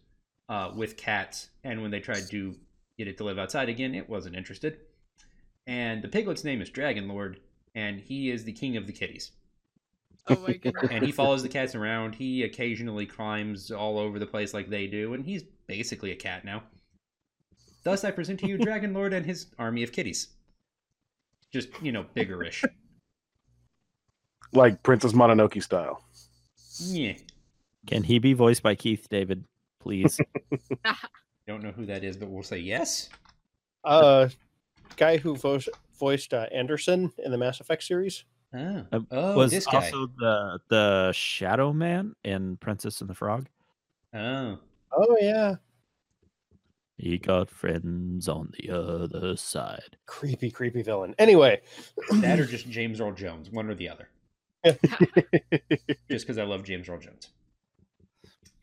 [SPEAKER 1] uh, with cats, and when they tried to get it to live outside again, it wasn't interested. And the piglet's name is Dragon Lord, and he is the king of the kitties.
[SPEAKER 3] Oh my god.
[SPEAKER 1] and he follows the cats around. He occasionally climbs all over the place like they do, and he's basically a cat now. Thus, I present to you Dragon Lord and his army of kitties. Just, you know, biggerish.
[SPEAKER 8] Like Princess Mononoke style.
[SPEAKER 1] yeah.
[SPEAKER 6] Can he be voiced by Keith David, please?
[SPEAKER 1] Don't know who that is, but we'll say yes.
[SPEAKER 4] Uh, guy who vo- voiced uh, Anderson in the Mass Effect series.
[SPEAKER 1] Oh,
[SPEAKER 6] Um,
[SPEAKER 1] oh
[SPEAKER 6] was
[SPEAKER 1] this guy.
[SPEAKER 6] also the the Shadow Man in Princess and the Frog.
[SPEAKER 1] Oh,
[SPEAKER 4] Oh yeah,
[SPEAKER 6] He got friends on the other side.
[SPEAKER 4] creepy, creepy villain. Anyway,
[SPEAKER 1] that or just James Earl Jones, one or the other. Just because I love James Earl Jones.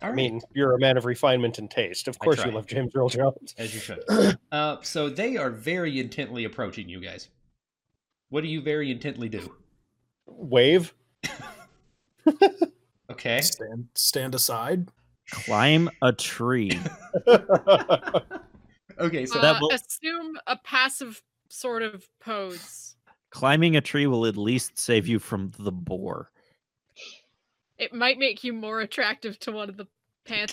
[SPEAKER 1] All
[SPEAKER 4] I
[SPEAKER 1] right,
[SPEAKER 4] mean, you're a man of refinement and taste. Of
[SPEAKER 1] I
[SPEAKER 4] course, you
[SPEAKER 1] try.
[SPEAKER 4] love James Earl Jones.
[SPEAKER 1] as you should. Uh, so they are very intently approaching you guys. What do you very intently do?
[SPEAKER 4] Wave.
[SPEAKER 1] Okay.
[SPEAKER 2] Stand, stand aside.
[SPEAKER 6] Climb a tree.
[SPEAKER 1] Okay, so
[SPEAKER 6] that
[SPEAKER 3] Uh,
[SPEAKER 6] will-
[SPEAKER 3] assume a passive sort of pose.
[SPEAKER 6] Climbing a tree will at least save you from the boar.
[SPEAKER 3] It might make you more attractive to one of the
[SPEAKER 1] cats,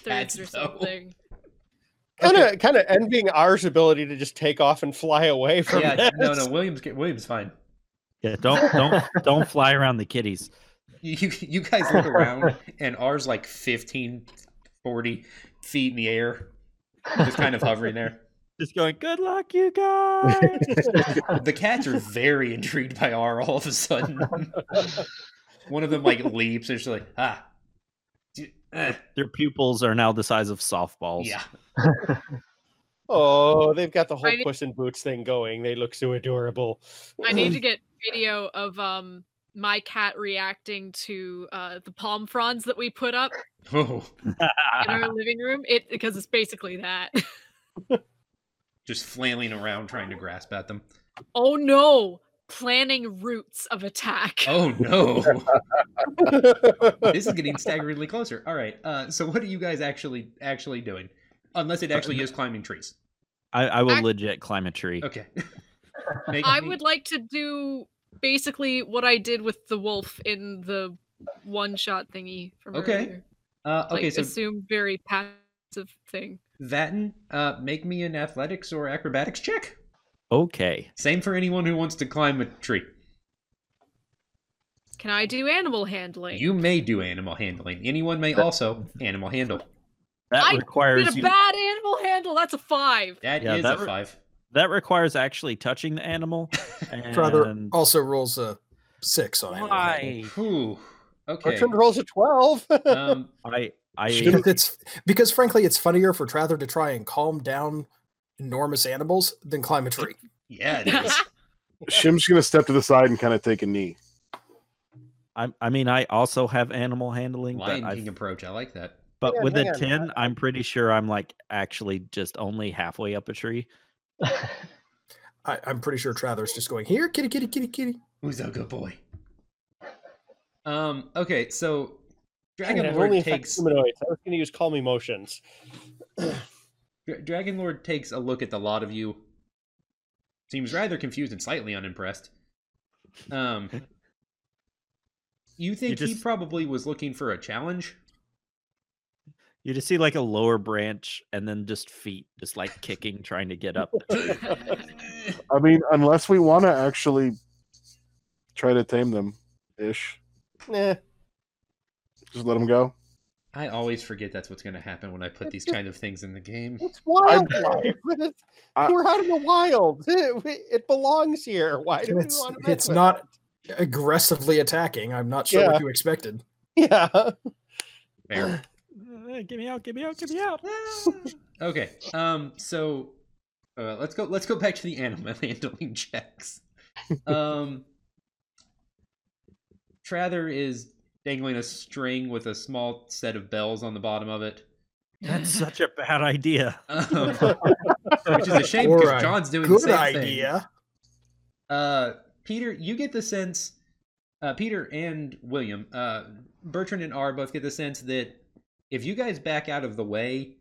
[SPEAKER 3] panthers or
[SPEAKER 1] though.
[SPEAKER 3] something.
[SPEAKER 4] Kind of, kind of envying ours ability to just take off and fly away from
[SPEAKER 1] yeah, no,
[SPEAKER 4] this.
[SPEAKER 1] no, Williams, Williams, fine.
[SPEAKER 6] Yeah, don't don't don't fly around the kitties.
[SPEAKER 1] You, you guys look around, and ours like 15, 40 feet in the air, just kind of hovering there.
[SPEAKER 6] Just going, good luck, you guys.
[SPEAKER 1] The cats are very intrigued by R all of a sudden. One of them like leaps and she's like, ah. d- eh,
[SPEAKER 6] Their pupils are now the size of softballs.
[SPEAKER 1] yeah.
[SPEAKER 4] Oh, they've got the whole
[SPEAKER 3] I need-
[SPEAKER 4] Puss in Boots thing going. They look so adorable.
[SPEAKER 3] I need to get video of um my cat reacting to uh the palm fronds that we put up
[SPEAKER 1] Oh,
[SPEAKER 3] in our living room. It because it's basically that.
[SPEAKER 1] just flailing around trying to grasp at them.
[SPEAKER 3] oh no, planning routes of attack.
[SPEAKER 1] Oh no. this is getting staggeringly closer. All right. Uh, so what are you guys actually actually doing? Unless it actually is climbing trees.
[SPEAKER 6] I, I will
[SPEAKER 3] Ac-
[SPEAKER 6] legit climb a tree.
[SPEAKER 1] Okay. Make
[SPEAKER 3] I
[SPEAKER 1] me-
[SPEAKER 3] would like to do basically what I did with the wolf in the one shot thingy from
[SPEAKER 1] Okay.
[SPEAKER 3] earlier.
[SPEAKER 1] uh,
[SPEAKER 3] Like
[SPEAKER 1] okay, so
[SPEAKER 3] assume very passive thing.
[SPEAKER 1] Vatten, uh, make me an athletics or acrobatics check.
[SPEAKER 6] Okay.
[SPEAKER 1] Same for anyone who wants to climb a tree.
[SPEAKER 3] Can I do animal handling?
[SPEAKER 1] You may do animal handling. Anyone may also animal handle.
[SPEAKER 6] That
[SPEAKER 3] I did did
[SPEAKER 6] requires
[SPEAKER 3] a
[SPEAKER 6] you
[SPEAKER 3] bad animal handle. That's a five.
[SPEAKER 1] That is
[SPEAKER 6] Yeah, that
[SPEAKER 1] a
[SPEAKER 6] re-
[SPEAKER 1] five.
[SPEAKER 6] that requires actually touching the animal. And
[SPEAKER 2] Crowther
[SPEAKER 6] oh
[SPEAKER 2] also rolls a six on animal handling.
[SPEAKER 6] why?
[SPEAKER 1] Whew. Okay.
[SPEAKER 4] Bertrand rolls a twelve.
[SPEAKER 1] Um,
[SPEAKER 6] I I
[SPEAKER 2] Because it's because frankly, it's funnier for Trather to try and calm down enormous animals than climb a tree.
[SPEAKER 1] yeah, it is.
[SPEAKER 8] Shim's gonna step to the side and kind of take a knee.
[SPEAKER 6] I, I mean I also have animal handling, but,
[SPEAKER 1] Lion
[SPEAKER 6] I've-
[SPEAKER 1] King approach. I like that.
[SPEAKER 6] but
[SPEAKER 4] Yeah,
[SPEAKER 6] with a
[SPEAKER 4] hang on,
[SPEAKER 6] ten, I'm pretty sure I'm like actually just only halfway up a tree.
[SPEAKER 2] I, I'm pretty sure Trather's just going here, kitty, kitty, kitty, kitty.
[SPEAKER 1] Who's a good boy? Um. Okay. So,
[SPEAKER 4] Dang
[SPEAKER 1] Dragon
[SPEAKER 4] it, I've only
[SPEAKER 1] Lord
[SPEAKER 4] attacked
[SPEAKER 1] takes
[SPEAKER 4] humanoids. I was going to use call me motions.
[SPEAKER 1] Dra- Dragon Lord takes a look at the lot of you. Seems rather confused and slightly unimpressed. Um. You think he
[SPEAKER 6] just-
[SPEAKER 1] probably was looking for a challenge?
[SPEAKER 6] You just see like a lower branch and then just feet just like kicking, trying to get up.
[SPEAKER 8] I mean, unless we want to actually try to tame them, ish.
[SPEAKER 4] Eh,
[SPEAKER 8] Just let them go.
[SPEAKER 1] I always forget that's what's going to happen when I put these kind of things in the game.
[SPEAKER 4] it's wildlife. It's-
[SPEAKER 8] I-
[SPEAKER 4] We're out in the wild. It, it belongs here. Why do we
[SPEAKER 2] It's,
[SPEAKER 4] want to mess
[SPEAKER 2] it's
[SPEAKER 4] with
[SPEAKER 2] not aggressively attacking. I'm not sure
[SPEAKER 4] Yeah.
[SPEAKER 2] what you expected.
[SPEAKER 4] it? Yeah.
[SPEAKER 1] Fair.
[SPEAKER 6] Uh, get me out, get me out, get me out.
[SPEAKER 1] Okay. Um. So, uh, let's go. Let's go back to the animal handling checks. Um. Trather is dangling a string with a small set of bells on the bottom of it,
[SPEAKER 6] That's such a bad idea.
[SPEAKER 1] um, which is a shame
[SPEAKER 2] Or
[SPEAKER 1] because
[SPEAKER 2] a
[SPEAKER 1] John's doing the
[SPEAKER 2] Good
[SPEAKER 1] same
[SPEAKER 2] idea.
[SPEAKER 1] thing. Uh, Peter, you get the sense. Uh, Peter and William, uh, Bertrand and R both get the sense that if you guys back out of the way,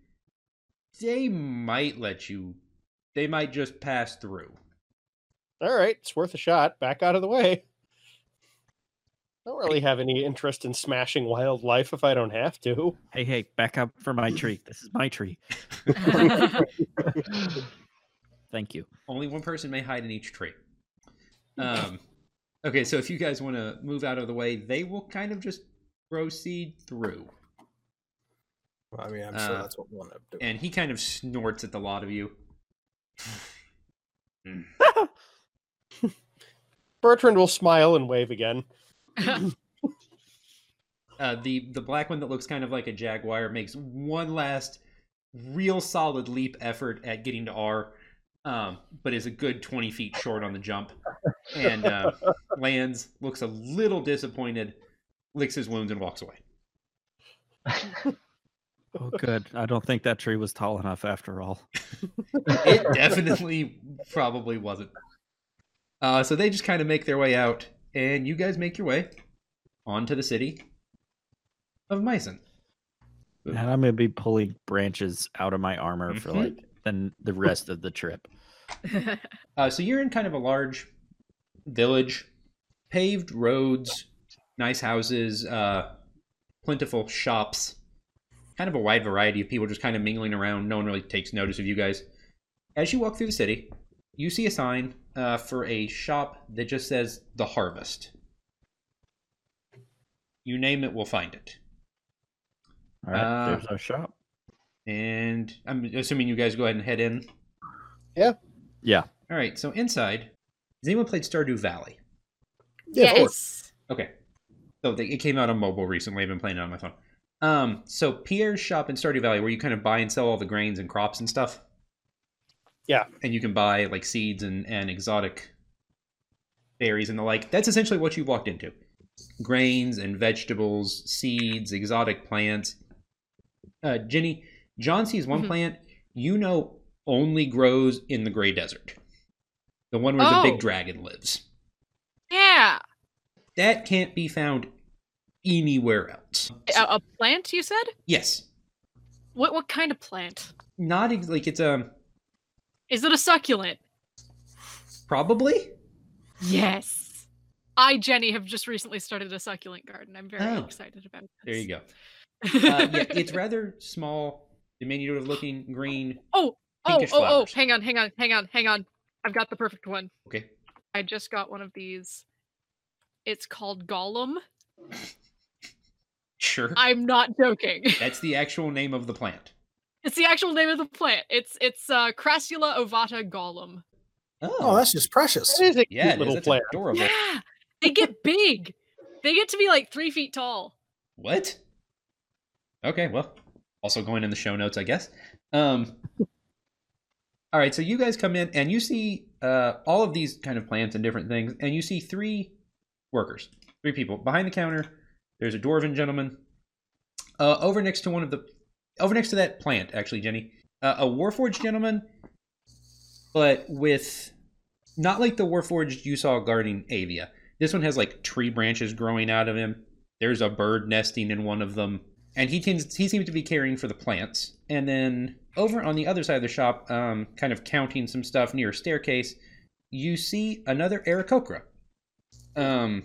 [SPEAKER 1] they might let you. They might just pass through.
[SPEAKER 4] All right, it's worth a shot. Back out of the way. I don't really have any interest in smashing wildlife if I don't have to.
[SPEAKER 6] Hey, hey, back up for my tree. This is my tree. Thank you.
[SPEAKER 1] Only one person may hide in each tree. Um, okay, so if you guys want to move out of the way, they will kind of just proceed through.
[SPEAKER 2] I mean, I'm sure
[SPEAKER 1] Uh,
[SPEAKER 2] that's what we'll end up doing.
[SPEAKER 1] and he kind of snorts at the lot of you. Mm.
[SPEAKER 4] Bertrand will smile and wave again.
[SPEAKER 1] Uh, the the black one that looks kind of like a jaguar makes one last real solid leap effort at getting to R, um, but is a good twenty feet short on the jump, and uh, lands. Looks a little disappointed, licks his wounds, and walks away.
[SPEAKER 6] Oh, good. I don't think that tree was tall enough after all.
[SPEAKER 1] it definitely probably wasn't. Uh, so they just kind of make their way out, and you guys make your way onto the city of Meissen.
[SPEAKER 6] And I'm gonna be pulling branches out of my armor for
[SPEAKER 1] Mhm.
[SPEAKER 6] like then the rest of the trip.
[SPEAKER 1] Uh, so you're in kind of a large village, paved roads, nice houses, uh, plentiful shops, kind of a wide variety of people just kind of mingling around. No one really takes notice of you guys. As you walk through the city, you see a sign uh, for a shop that just says The Harvest. You name it, we'll find it.
[SPEAKER 6] All right,
[SPEAKER 1] Ah.
[SPEAKER 6] there's our shop.
[SPEAKER 1] And I'm assuming you guys go ahead and head in.
[SPEAKER 6] Yeah.
[SPEAKER 1] All right, so inside, has anyone played Stardew Valley?
[SPEAKER 4] Yeah, of
[SPEAKER 3] yes.
[SPEAKER 1] Okay. So they, it came out on mobile recently. I've been playing it on my phone. Um, so Pierre's shop in Stardew Valley, where you kind of buy and sell all the grains and crops and stuff.
[SPEAKER 4] Yeah.
[SPEAKER 1] And you can buy like seeds and, and exotic berries and the like. That's essentially what you have walked into: grains and vegetables, seeds, exotic plants. Uh, Jenny, John sees one
[SPEAKER 3] Mhm.
[SPEAKER 1] plant you know only grows in the Gray Desert, the one where the
[SPEAKER 3] Oh.
[SPEAKER 1] big dragon lives
[SPEAKER 3] Yeah.
[SPEAKER 1] that can't be found anywhere else.
[SPEAKER 3] A, a plant, you said?
[SPEAKER 1] Yes,
[SPEAKER 3] What what kind of plant?
[SPEAKER 1] not ex- like it's um
[SPEAKER 3] Is it a succulent?
[SPEAKER 1] probably.
[SPEAKER 3] Yes. I, Jenny, have just recently started a succulent garden. I'm very
[SPEAKER 1] Oh.
[SPEAKER 3] excited about this.
[SPEAKER 1] There you go. Uh, yeah, it's rather small, diminutive looking, green.
[SPEAKER 3] oh, oh, oh,
[SPEAKER 1] pinkish
[SPEAKER 3] oh,
[SPEAKER 1] flowers.
[SPEAKER 3] hang on, hang on, hang on, hang on. I've got the perfect one.
[SPEAKER 1] Okay,
[SPEAKER 3] I just got one of these. It's called Gollum.
[SPEAKER 1] sure.
[SPEAKER 3] I'm not joking.
[SPEAKER 1] That's the actual name of the plant.
[SPEAKER 3] It's the actual name of the plant. It's it's uh, Crassula ovata gollum.
[SPEAKER 2] oh, that's just precious.
[SPEAKER 4] That is a
[SPEAKER 1] yeah, it
[SPEAKER 4] cute
[SPEAKER 1] is.
[SPEAKER 4] little
[SPEAKER 1] That's
[SPEAKER 4] plant.
[SPEAKER 1] adorable.
[SPEAKER 3] Yeah, they get big. They get to be like three feet tall.
[SPEAKER 1] What? Okay, well, also going in the show notes, I guess. Um, all right, so you guys come in and you see uh, all of these kind of plants and different things, and you see three workers, three people behind the counter. There's a dwarven gentleman uh, over next to one of the, over next to that plant, actually, Jenny, uh, a warforged gentleman, but with not like the warforged you saw guarding Avia. This one has like tree branches growing out of him there's a bird nesting in one of them and he tends he seems to be caring for the plants and then over on the other side of the shop um, kind of counting some stuff near a staircase you see another aarakocra um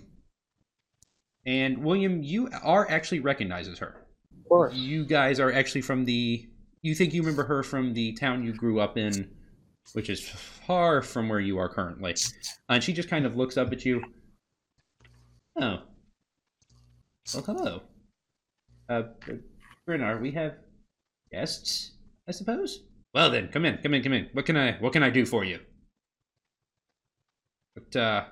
[SPEAKER 1] and william you are actually recognizes her
[SPEAKER 2] Of course.
[SPEAKER 1] you guys are actually from the you think you remember her from the town you grew up in which is far from where you are currently and she just kind of looks up at you oh well hello uh Brennar, we have guests i suppose well then come in come in come in what can i what can i do for you but uh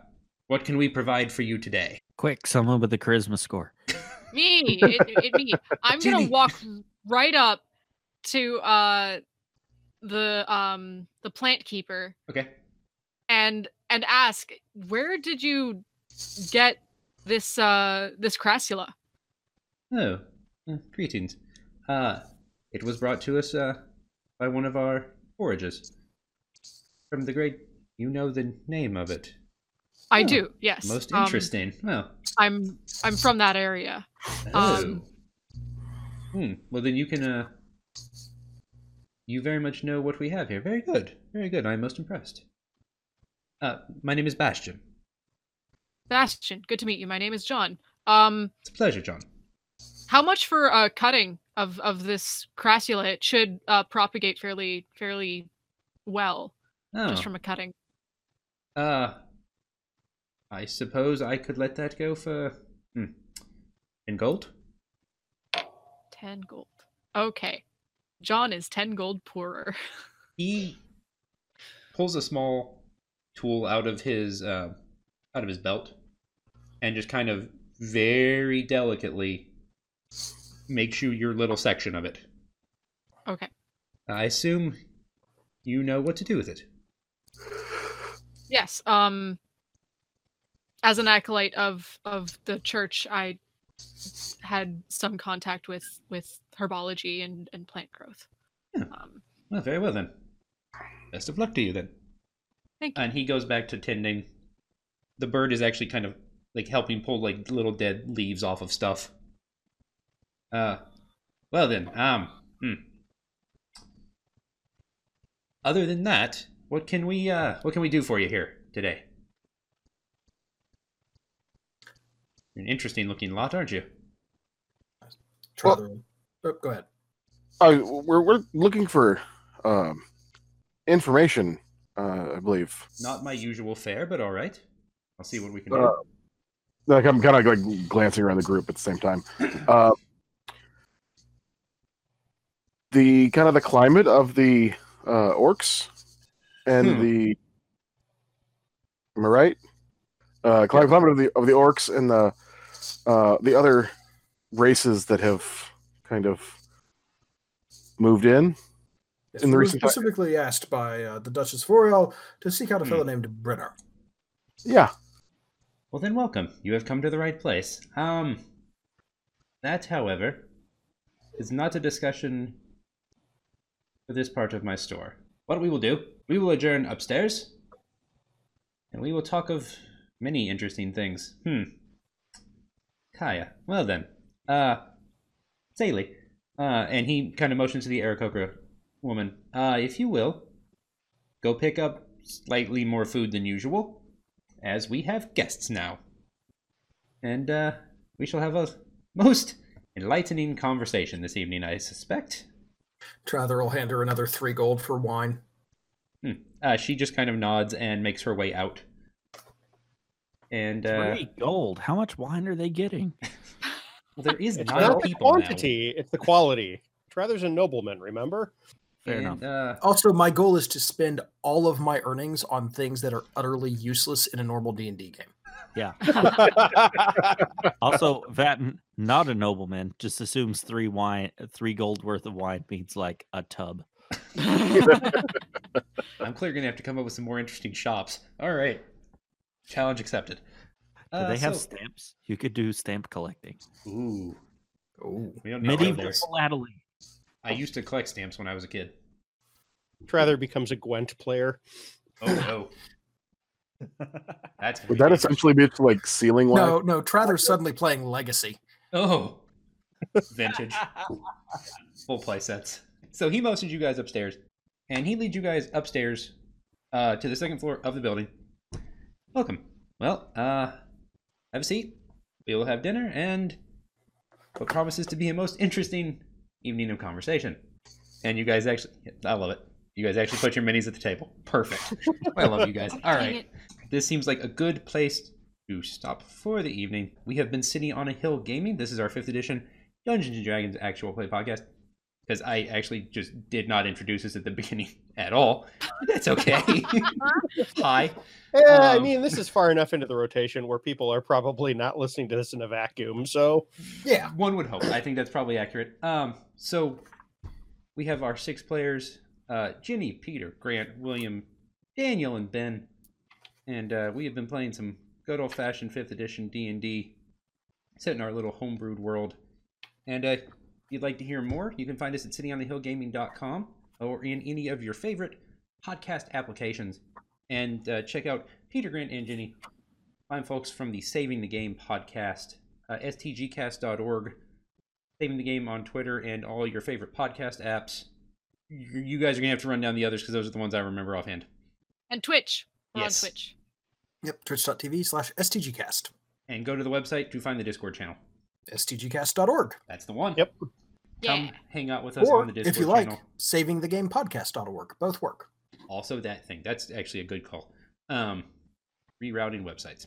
[SPEAKER 1] what can we provide for you today
[SPEAKER 6] Quick, someone with a charisma score.
[SPEAKER 3] Me, it, it me. I'm gonna
[SPEAKER 1] Jenny.
[SPEAKER 3] walk right up to uh the um the plant keeper
[SPEAKER 1] okay
[SPEAKER 3] and and ask where did you get this uh this crassula
[SPEAKER 1] Oh, uh, greetings. Uh, it was brought to us uh, by one of our foragers. From the great. You know the name of it.
[SPEAKER 3] i
[SPEAKER 1] Oh,
[SPEAKER 3] do yes
[SPEAKER 1] Most
[SPEAKER 3] Um,
[SPEAKER 1] interesting. Well,
[SPEAKER 3] i'm i'm from that area
[SPEAKER 1] oh.
[SPEAKER 3] um,
[SPEAKER 1] hmm. Well, then you can. Uh, you very much know what we have here. Very good. Very good. I'm most impressed. Uh, my name is Bastion.
[SPEAKER 3] Bastion, good to meet you. My name is John. Um,
[SPEAKER 1] It's a pleasure, John.
[SPEAKER 3] how much for uh, cutting of of this crassula? It should uh, propagate fairly fairly well
[SPEAKER 1] Oh.
[SPEAKER 3] just from a cutting.
[SPEAKER 1] Uh, I suppose I could let that go for. Hmm. In gold?
[SPEAKER 3] Ten gold. Okay. John is 10 gold poorer.
[SPEAKER 1] he pulls a small tool out of his uh, out of his belt and just kind of very delicately makes you your little section of it.
[SPEAKER 3] Okay.
[SPEAKER 1] I assume you know what to do with it.
[SPEAKER 3] Yes. Um as an acolyte of of the church, I had some contact with with herbology and and plant growth.
[SPEAKER 1] Yeah.
[SPEAKER 3] Um,
[SPEAKER 1] Well, very well then. Best of luck to you then.
[SPEAKER 3] Thank
[SPEAKER 1] And he goes back to tending. The bird is actually kind of like helping pull like little dead leaves off of stuff. Uh, well then, um, hmm. Other than that, what can we uh, what can we do for you here today? You're an interesting looking lot, aren't you?
[SPEAKER 2] Try
[SPEAKER 8] Well-
[SPEAKER 2] the room. Oh, go ahead.
[SPEAKER 8] Uh, we're we're looking for um, information. Uh, I believe.
[SPEAKER 1] Not my usual fare, but all right. I'll see what we can do.
[SPEAKER 8] Uh, Like I'm kind of like glancing around the group at the same time. Uh, the kind of the climate of the uh, orcs and
[SPEAKER 1] Hmm.
[SPEAKER 8] the. Am I right? Uh, cli- climate of the of the orcs and the uh, the other races that have kind of moved in.
[SPEAKER 2] Yes,
[SPEAKER 8] In
[SPEAKER 2] we
[SPEAKER 8] the
[SPEAKER 2] were
[SPEAKER 8] recent time-
[SPEAKER 2] specifically asked by uh, the Duchess Vorial to seek
[SPEAKER 1] Hmm.
[SPEAKER 2] out a fellow named Brenner.
[SPEAKER 8] Yeah,
[SPEAKER 1] Well, then, welcome. You have come to the right place. Um, that, however, is not a discussion for this part of my store. What we will do, we will adjourn upstairs, and we will talk of many interesting things. Hmm. Kaya. Well then, uh, Saley. Uh, and he kind of motions to the Arakocra woman. Uh, if you will, go pick up slightly more food than usual as we have guests now. And uh, we shall have a most enlightening conversation this evening, I suspect.
[SPEAKER 2] Trather will hand her another three gold for wine.
[SPEAKER 1] Hmm. Uh, she just kind of nods and makes her way out. And uh,
[SPEAKER 6] Three gold. How much wine are they getting?
[SPEAKER 1] well, there is
[SPEAKER 4] It's
[SPEAKER 1] nine
[SPEAKER 4] not the
[SPEAKER 1] people
[SPEAKER 4] quantity, it's the quality. Trather's a nobleman, remember?
[SPEAKER 1] now.
[SPEAKER 6] Fair enough.
[SPEAKER 1] And, uh,
[SPEAKER 2] Also, my goal is to spend all of my earnings on things that are utterly useless in a normal D and D game.
[SPEAKER 6] Also, Vatten, not a nobleman, just assumes three wine, three gold worth of wine means like a tub.
[SPEAKER 1] uh, I'm clearly going to have to come up with some more interesting shops. All right. Challenge accepted.
[SPEAKER 6] Do
[SPEAKER 1] Uh,
[SPEAKER 6] they have
[SPEAKER 1] so-
[SPEAKER 6] stamps? You could do stamp collecting.
[SPEAKER 1] Ooh.
[SPEAKER 2] Oh,
[SPEAKER 1] We don't need to go
[SPEAKER 6] Medieval
[SPEAKER 1] there.
[SPEAKER 6] philately.
[SPEAKER 1] I used to collect stamps when I was a kid.
[SPEAKER 4] Trather becomes a Gwent player.
[SPEAKER 1] Oh, no. That's
[SPEAKER 8] would that
[SPEAKER 1] dangerous.
[SPEAKER 8] essentially be like ceiling wax?
[SPEAKER 2] no, no, Trather's suddenly playing Legacy.
[SPEAKER 1] Oh, vintage. Full play sets. So he motions you guys upstairs, and he leads you guys upstairs uh, to the second floor of the building. Welcome. Well, uh, have a seat. We will have dinner and what promises to be a most interesting evening of conversation. And you guys actually, I love it. You guys actually put your minis at the table. Perfect. I love you guys. All
[SPEAKER 3] Dang
[SPEAKER 1] right.
[SPEAKER 3] it.
[SPEAKER 1] This seems like a good place to stop for the evening. We have been sitting on a hill gaming. This is our fifth edition Dungeons and Dragons actual play podcast because I actually just did not introduce us at the beginning at all. That's okay. Hi.
[SPEAKER 4] Yeah, I
[SPEAKER 1] Um,
[SPEAKER 4] mean, this is far enough into the rotation where people are probably not listening to this in a vacuum. So,
[SPEAKER 2] Yeah,
[SPEAKER 1] One would hope. I think that's probably accurate. Um, so we have our six players: uh, Ginny, Peter, Grant, William, Daniel, and Ben. And uh, we have been playing some good old-fashioned fifth edition D and D, set in our little homebrewed world. And uh, if you'd like to hear more, you can find us at cityonthehillgaming.com or in any of your favorite podcast applications. And uh, check out Peter, Grant, and Ginny, fine folks from the Saving the Game podcast uh, stgcast.org, saving the game on Twitter and all your favorite podcast apps. You you guys are gonna have to run down the others because those are the ones I remember offhand.
[SPEAKER 3] and Twitch. We're
[SPEAKER 1] Yes.
[SPEAKER 3] on Twitch.
[SPEAKER 2] yep. Twitch.tv slash stgcast,
[SPEAKER 1] And go to the website to find the Discord channel.
[SPEAKER 2] stgcast.org,
[SPEAKER 1] That's the one.
[SPEAKER 4] Yep.
[SPEAKER 3] Yeah.
[SPEAKER 1] Come hang out with us on
[SPEAKER 2] or
[SPEAKER 1] the Discord
[SPEAKER 2] if you like,
[SPEAKER 1] channel.
[SPEAKER 2] savingthegamepodcast.org. Both work.
[SPEAKER 1] Also, that thing. That's actually a good call. Um, rerouting websites.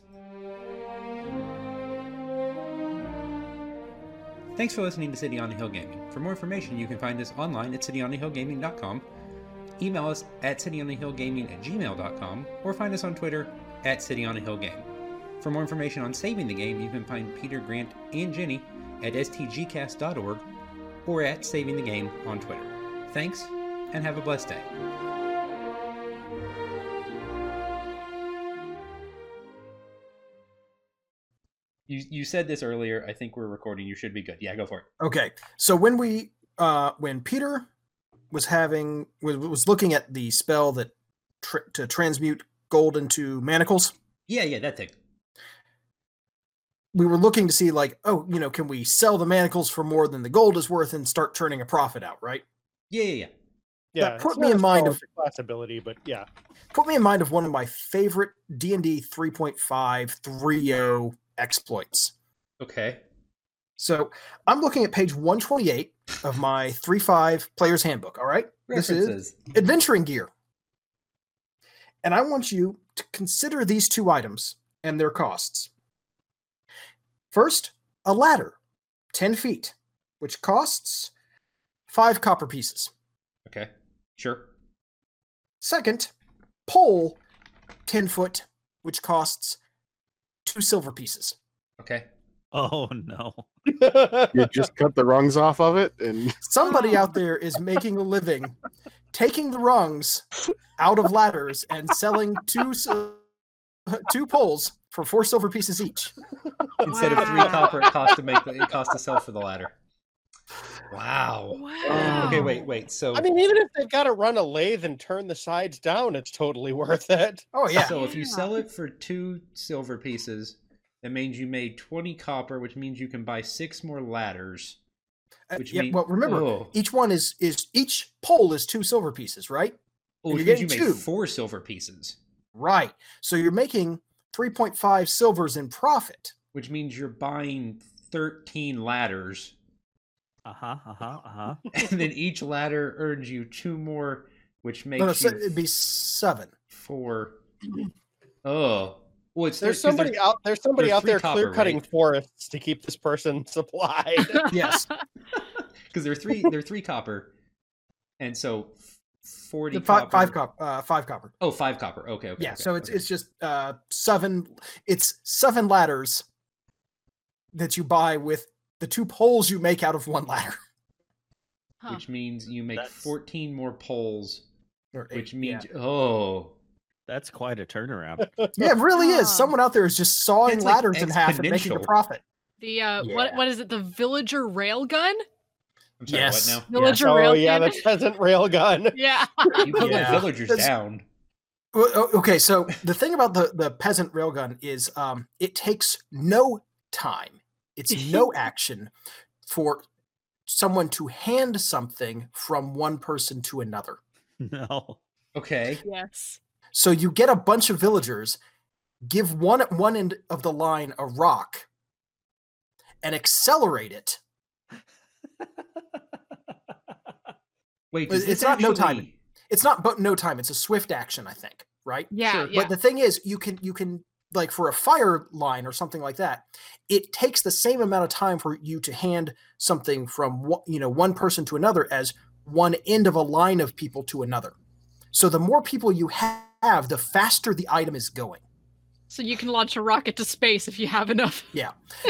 [SPEAKER 1] Thanks for listening to City on the Hill Gaming. For more information, you can find us online at cityonthehillgaming.com, email us at cityonthehillgaming at gmail.com, or find us on Twitter at cityonthehillgame. For more information on saving the game, you can find Peter, Grant, and Jenny at stgcast.org or at Saving the Game on Twitter. Thanks, and have a blessed day. You, you said this earlier. I think we're recording. You should be good. Yeah, go for it.
[SPEAKER 2] Okay. So when we uh when Peter was having was, was looking at the spell that tr- to transmute gold into manacles,
[SPEAKER 1] Yeah, yeah, that thing.
[SPEAKER 2] we were looking to see like, oh, you know, can we sell the manacles for more than the gold is worth and start turning a profit out, right?
[SPEAKER 1] Yeah, yeah, yeah.
[SPEAKER 4] Yeah,
[SPEAKER 2] put
[SPEAKER 4] it's
[SPEAKER 2] me
[SPEAKER 4] not
[SPEAKER 2] in
[SPEAKER 4] as
[SPEAKER 2] mind
[SPEAKER 4] tall
[SPEAKER 2] of-
[SPEAKER 4] as the class ability, but yeah,
[SPEAKER 2] Put me in mind of one of my favorite D&D 3.5 3.0 exploits.
[SPEAKER 1] Okay.
[SPEAKER 2] So, I'm looking at page 128 of my 3.5 player's handbook, all right?
[SPEAKER 1] Mm-hmm.
[SPEAKER 2] This is-
[SPEAKER 1] References.
[SPEAKER 2] adventuring gear. And I want you to consider these two items and their costs. First, a ladder, 10 feet, which costs five copper pieces.
[SPEAKER 1] Okay. Sure.
[SPEAKER 2] Second, pole, 10 foot, which costs two silver pieces.
[SPEAKER 1] Okay.
[SPEAKER 6] Oh no. Uh-huh,
[SPEAKER 8] You just cut the rungs off of it, and
[SPEAKER 2] Somebody
[SPEAKER 3] Oh.
[SPEAKER 2] out there is making a living taking the rungs out of ladders and selling two sil- two poles for four silver pieces each.
[SPEAKER 1] Instead of three
[SPEAKER 3] Wow.
[SPEAKER 1] copper, it cost to make the, it cost to sell for the ladder. Wow.
[SPEAKER 3] Wow.
[SPEAKER 1] Oh, Okay, wait, wait. So,
[SPEAKER 4] I mean, even if they've got to run a lathe and turn the sides down, it's totally worth it.
[SPEAKER 2] Oh yeah.
[SPEAKER 1] so if you
[SPEAKER 3] Yeah.
[SPEAKER 1] sell it for two silver pieces, that means you made twenty copper, which means you can buy six more ladders.
[SPEAKER 2] Uh,
[SPEAKER 1] Which
[SPEAKER 2] yeah,
[SPEAKER 1] mean-
[SPEAKER 2] well, remember,
[SPEAKER 1] oh,
[SPEAKER 2] each one is is each pole is two silver pieces, right?
[SPEAKER 1] oh,
[SPEAKER 2] you're
[SPEAKER 1] which means
[SPEAKER 2] getting
[SPEAKER 1] you made
[SPEAKER 2] two.
[SPEAKER 1] four silver pieces,
[SPEAKER 2] Right. So you're making three point five silvers in profit.
[SPEAKER 1] which means you're buying thirteen ladders,
[SPEAKER 6] Uh huh. Uh huh. Uh huh.
[SPEAKER 1] and then each ladder earns you two more, which makes
[SPEAKER 2] No, no, so
[SPEAKER 1] you
[SPEAKER 2] it'd be seven.
[SPEAKER 1] four. Oh, well, it's 'cause
[SPEAKER 4] There's
[SPEAKER 1] they're-
[SPEAKER 4] somebody out. There's somebody
[SPEAKER 1] there's
[SPEAKER 4] out
[SPEAKER 1] three
[SPEAKER 4] there
[SPEAKER 1] copper,
[SPEAKER 4] clear cutting
[SPEAKER 1] right?
[SPEAKER 4] forests to keep this person supplied.
[SPEAKER 2] Yes.
[SPEAKER 1] because they're three they're three copper and so f- 40
[SPEAKER 2] The five, five
[SPEAKER 1] copper
[SPEAKER 2] copper. Uh, five copper.
[SPEAKER 1] oh five copper okay okay
[SPEAKER 2] yeah.
[SPEAKER 1] okay,
[SPEAKER 2] so it's
[SPEAKER 1] okay.
[SPEAKER 2] it's just uh seven. It's seven ladders that you buy with the two poles you make out of one ladder.
[SPEAKER 3] Huh.
[SPEAKER 1] which means you make
[SPEAKER 6] That's-
[SPEAKER 1] 14 more poles
[SPEAKER 2] Or eight,
[SPEAKER 1] which
[SPEAKER 2] yeah.
[SPEAKER 1] means oh
[SPEAKER 6] That's quite a turnaround.
[SPEAKER 2] yeah, it really is.
[SPEAKER 3] Ah.
[SPEAKER 2] Someone out there is just sawing
[SPEAKER 1] It's, like,
[SPEAKER 2] ladders in half and making a
[SPEAKER 1] exponential.
[SPEAKER 2] profit.
[SPEAKER 3] The uh, what
[SPEAKER 2] Yeah.
[SPEAKER 3] what is it? The villager railgun?
[SPEAKER 1] i'm sorry
[SPEAKER 2] Yes.
[SPEAKER 1] what
[SPEAKER 3] Villager
[SPEAKER 4] oh
[SPEAKER 3] railgun?
[SPEAKER 4] yeah, the peasant railgun.
[SPEAKER 3] yeah.
[SPEAKER 1] now you put
[SPEAKER 2] Yeah.
[SPEAKER 1] my villagers
[SPEAKER 2] That's-
[SPEAKER 1] down
[SPEAKER 2] Well, o- okay, so the thing about the the peasant railgun is um, it takes no time. It's no action for someone to hand something from one person to another.
[SPEAKER 6] no.
[SPEAKER 1] okay
[SPEAKER 3] Yes.
[SPEAKER 2] So you get a bunch of villagers, give one at one end of the line a rock, and accelerate it.
[SPEAKER 1] wait
[SPEAKER 2] But
[SPEAKER 1] does
[SPEAKER 2] it's
[SPEAKER 1] this
[SPEAKER 2] not no
[SPEAKER 1] actually-
[SPEAKER 2] timing. It's not but no time. It's a swift action, I think. Right?
[SPEAKER 3] Yeah.
[SPEAKER 1] Sure,
[SPEAKER 3] yeah.
[SPEAKER 2] But the thing is, you can you can like for a fire line or something like that, it takes the same amount of time for you to hand something from one- you know one person to another as one end of a line of people to another. So the more people you ha- have, the faster the item is going.
[SPEAKER 3] So you can launch a rocket to space if you have enough.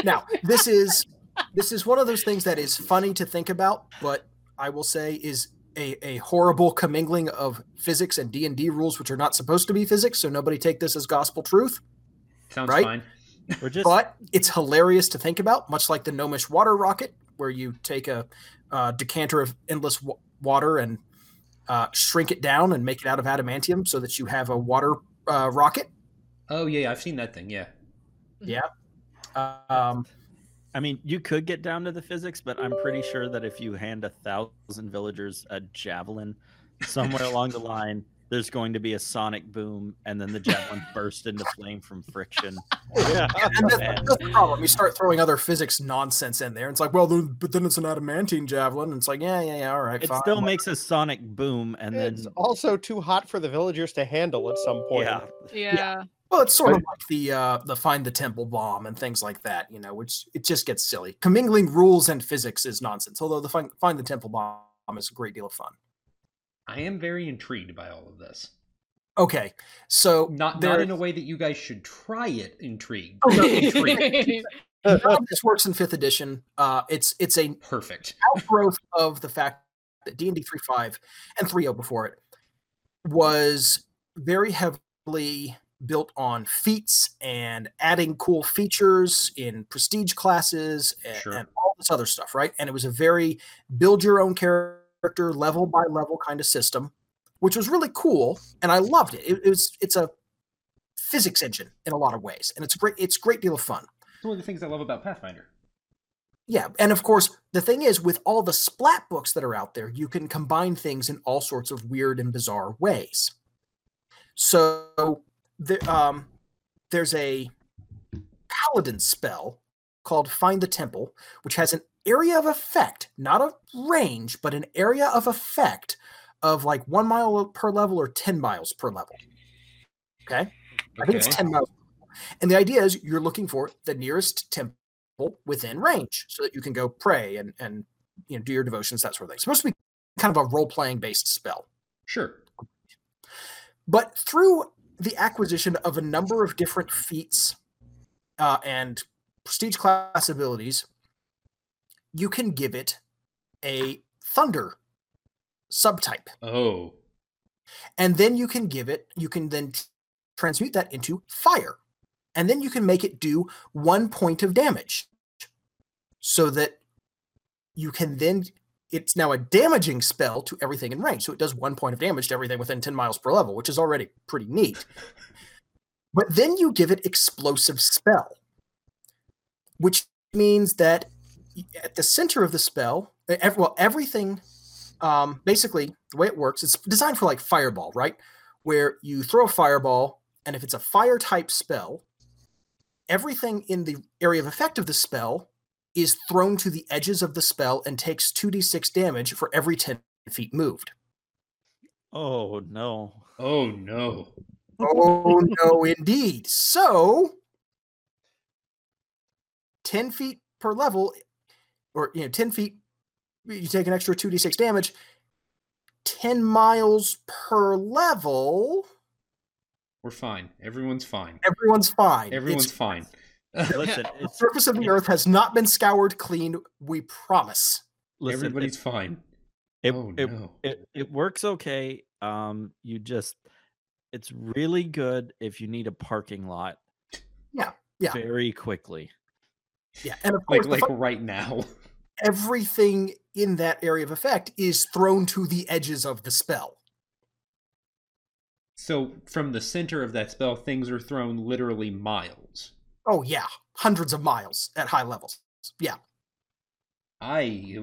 [SPEAKER 2] Now, this is this is one of those things that is funny to think about, but I will say is a, a horrible commingling of physics and D&D rules which are not supposed to be physics, so nobody take this as gospel truth.
[SPEAKER 1] sounds
[SPEAKER 2] right?
[SPEAKER 1] fine
[SPEAKER 6] We're just.
[SPEAKER 2] but it's hilarious to think about, much like the gnomish water rocket, where you take a uh, decanter of endless w- water and uh, shrink it down and make it out of adamantium so that you have a water uh, rocket.
[SPEAKER 1] oh yeah i've seen that thing yeah
[SPEAKER 2] Um,
[SPEAKER 6] I mean, you could get down to the physics, but I'm pretty sure that if you hand a thousand villagers a javelin, somewhere along the line, there's going to be a sonic boom, and then the javelin bursts into flame from friction.
[SPEAKER 4] yeah.
[SPEAKER 2] and that's, that's the problem. You start throwing other physics nonsense in there. It's like, well, then, but then it's an adamantine javelin. And it's like, yeah, yeah, yeah, all right,
[SPEAKER 6] It
[SPEAKER 2] fine.
[SPEAKER 6] still makes a sonic boom, and then
[SPEAKER 4] It's also too hot for the villagers to handle at some point.
[SPEAKER 6] yeah,
[SPEAKER 3] Yeah.
[SPEAKER 2] Well, it's sort of
[SPEAKER 8] I-
[SPEAKER 2] like the uh, the find the temple bomb and things like that, you know, which it just gets silly. Commingling rules and physics is nonsense. Although the find, find the temple bomb is a great deal of fun.
[SPEAKER 1] I am very intrigued by all of this.
[SPEAKER 2] Okay, so
[SPEAKER 1] Not
[SPEAKER 2] there-
[SPEAKER 1] not in a way that you guys should try it. Intrigued.
[SPEAKER 2] Oh, no.
[SPEAKER 1] intrigued.
[SPEAKER 2] how this works in fifth edition. Uh, it's it's a
[SPEAKER 1] Perfect.
[SPEAKER 2] outgrowth of the fact that D&D 3.5 and 3.0 before it was very heavily built on feats and adding cool features in prestige classes and,
[SPEAKER 1] Sure.
[SPEAKER 2] and all this other stuff, right? And it was a very build your own character level by level kind of system, which was really cool and I loved it. It, it was it's a physics engine in a lot of ways and it's a great it's a great deal of fun.
[SPEAKER 1] It's one of the things I love about Pathfinder.
[SPEAKER 2] Yeah, and of course, the thing is with all the splat books that are out there, you can combine things in all sorts of weird and bizarre ways. So the, um, there's a paladin spell called Find the Temple, which has an area of effect, not a range, but an area of effect of like one mile per level or 10 miles per level. Okay. I think it's 10 miles. And the idea is you're looking for the nearest temple within range so that you can go pray and, and you know do your devotions, that sort of thing. It's supposed to be kind of a role playing based spell.
[SPEAKER 1] Sure.
[SPEAKER 2] But through the acquisition of a number of different feats uh, and prestige class abilities, you can give it a thunder subtype.
[SPEAKER 1] Oh,
[SPEAKER 2] and then you can give it you can then tr- transmute that into fire and then you can make it do one point of damage so that you can then it's now a damaging spell to everything in range so it does one point of damage to everything within 10 miles per level which is already pretty neat but then you give it explosive spell which means that y- at the center of the spell e- ev- well everything um, basically the way it works it's designed for like fireball right where you throw a fireball and if it's a fire type spell everything in the area of effect of the spell is thrown to the edges of the spell and takes 2d6 damage for every 10 feet moved
[SPEAKER 6] Oh no.
[SPEAKER 1] oh no.
[SPEAKER 2] oh no indeed so 10 feet per level or you know 10 feet you take an extra 2d6 damage 10 miles per level
[SPEAKER 1] We're fine. Everyone's fine.
[SPEAKER 2] everyone's fine It's-
[SPEAKER 1] Everyone's fine.
[SPEAKER 6] Listen,
[SPEAKER 2] the
[SPEAKER 6] it's
[SPEAKER 2] surface of the
[SPEAKER 6] it's-
[SPEAKER 2] earth has not been scoured clean we promise
[SPEAKER 6] listen, it-
[SPEAKER 1] Everybody's fine.
[SPEAKER 6] it,
[SPEAKER 1] oh
[SPEAKER 6] it,
[SPEAKER 1] no.
[SPEAKER 6] it it works okay. Um, you just it's really good if you need a parking lot.
[SPEAKER 2] Yeah, yeah.
[SPEAKER 6] Very quickly.
[SPEAKER 2] yeah and of course
[SPEAKER 1] like
[SPEAKER 2] the
[SPEAKER 1] like
[SPEAKER 2] fu-
[SPEAKER 1] right now.
[SPEAKER 2] everything in that area of effect is thrown to the edges of the spell
[SPEAKER 1] So from the center of that spell, things are thrown literally miles.
[SPEAKER 2] oh yeah hundreds of miles at high levels yeah
[SPEAKER 1] I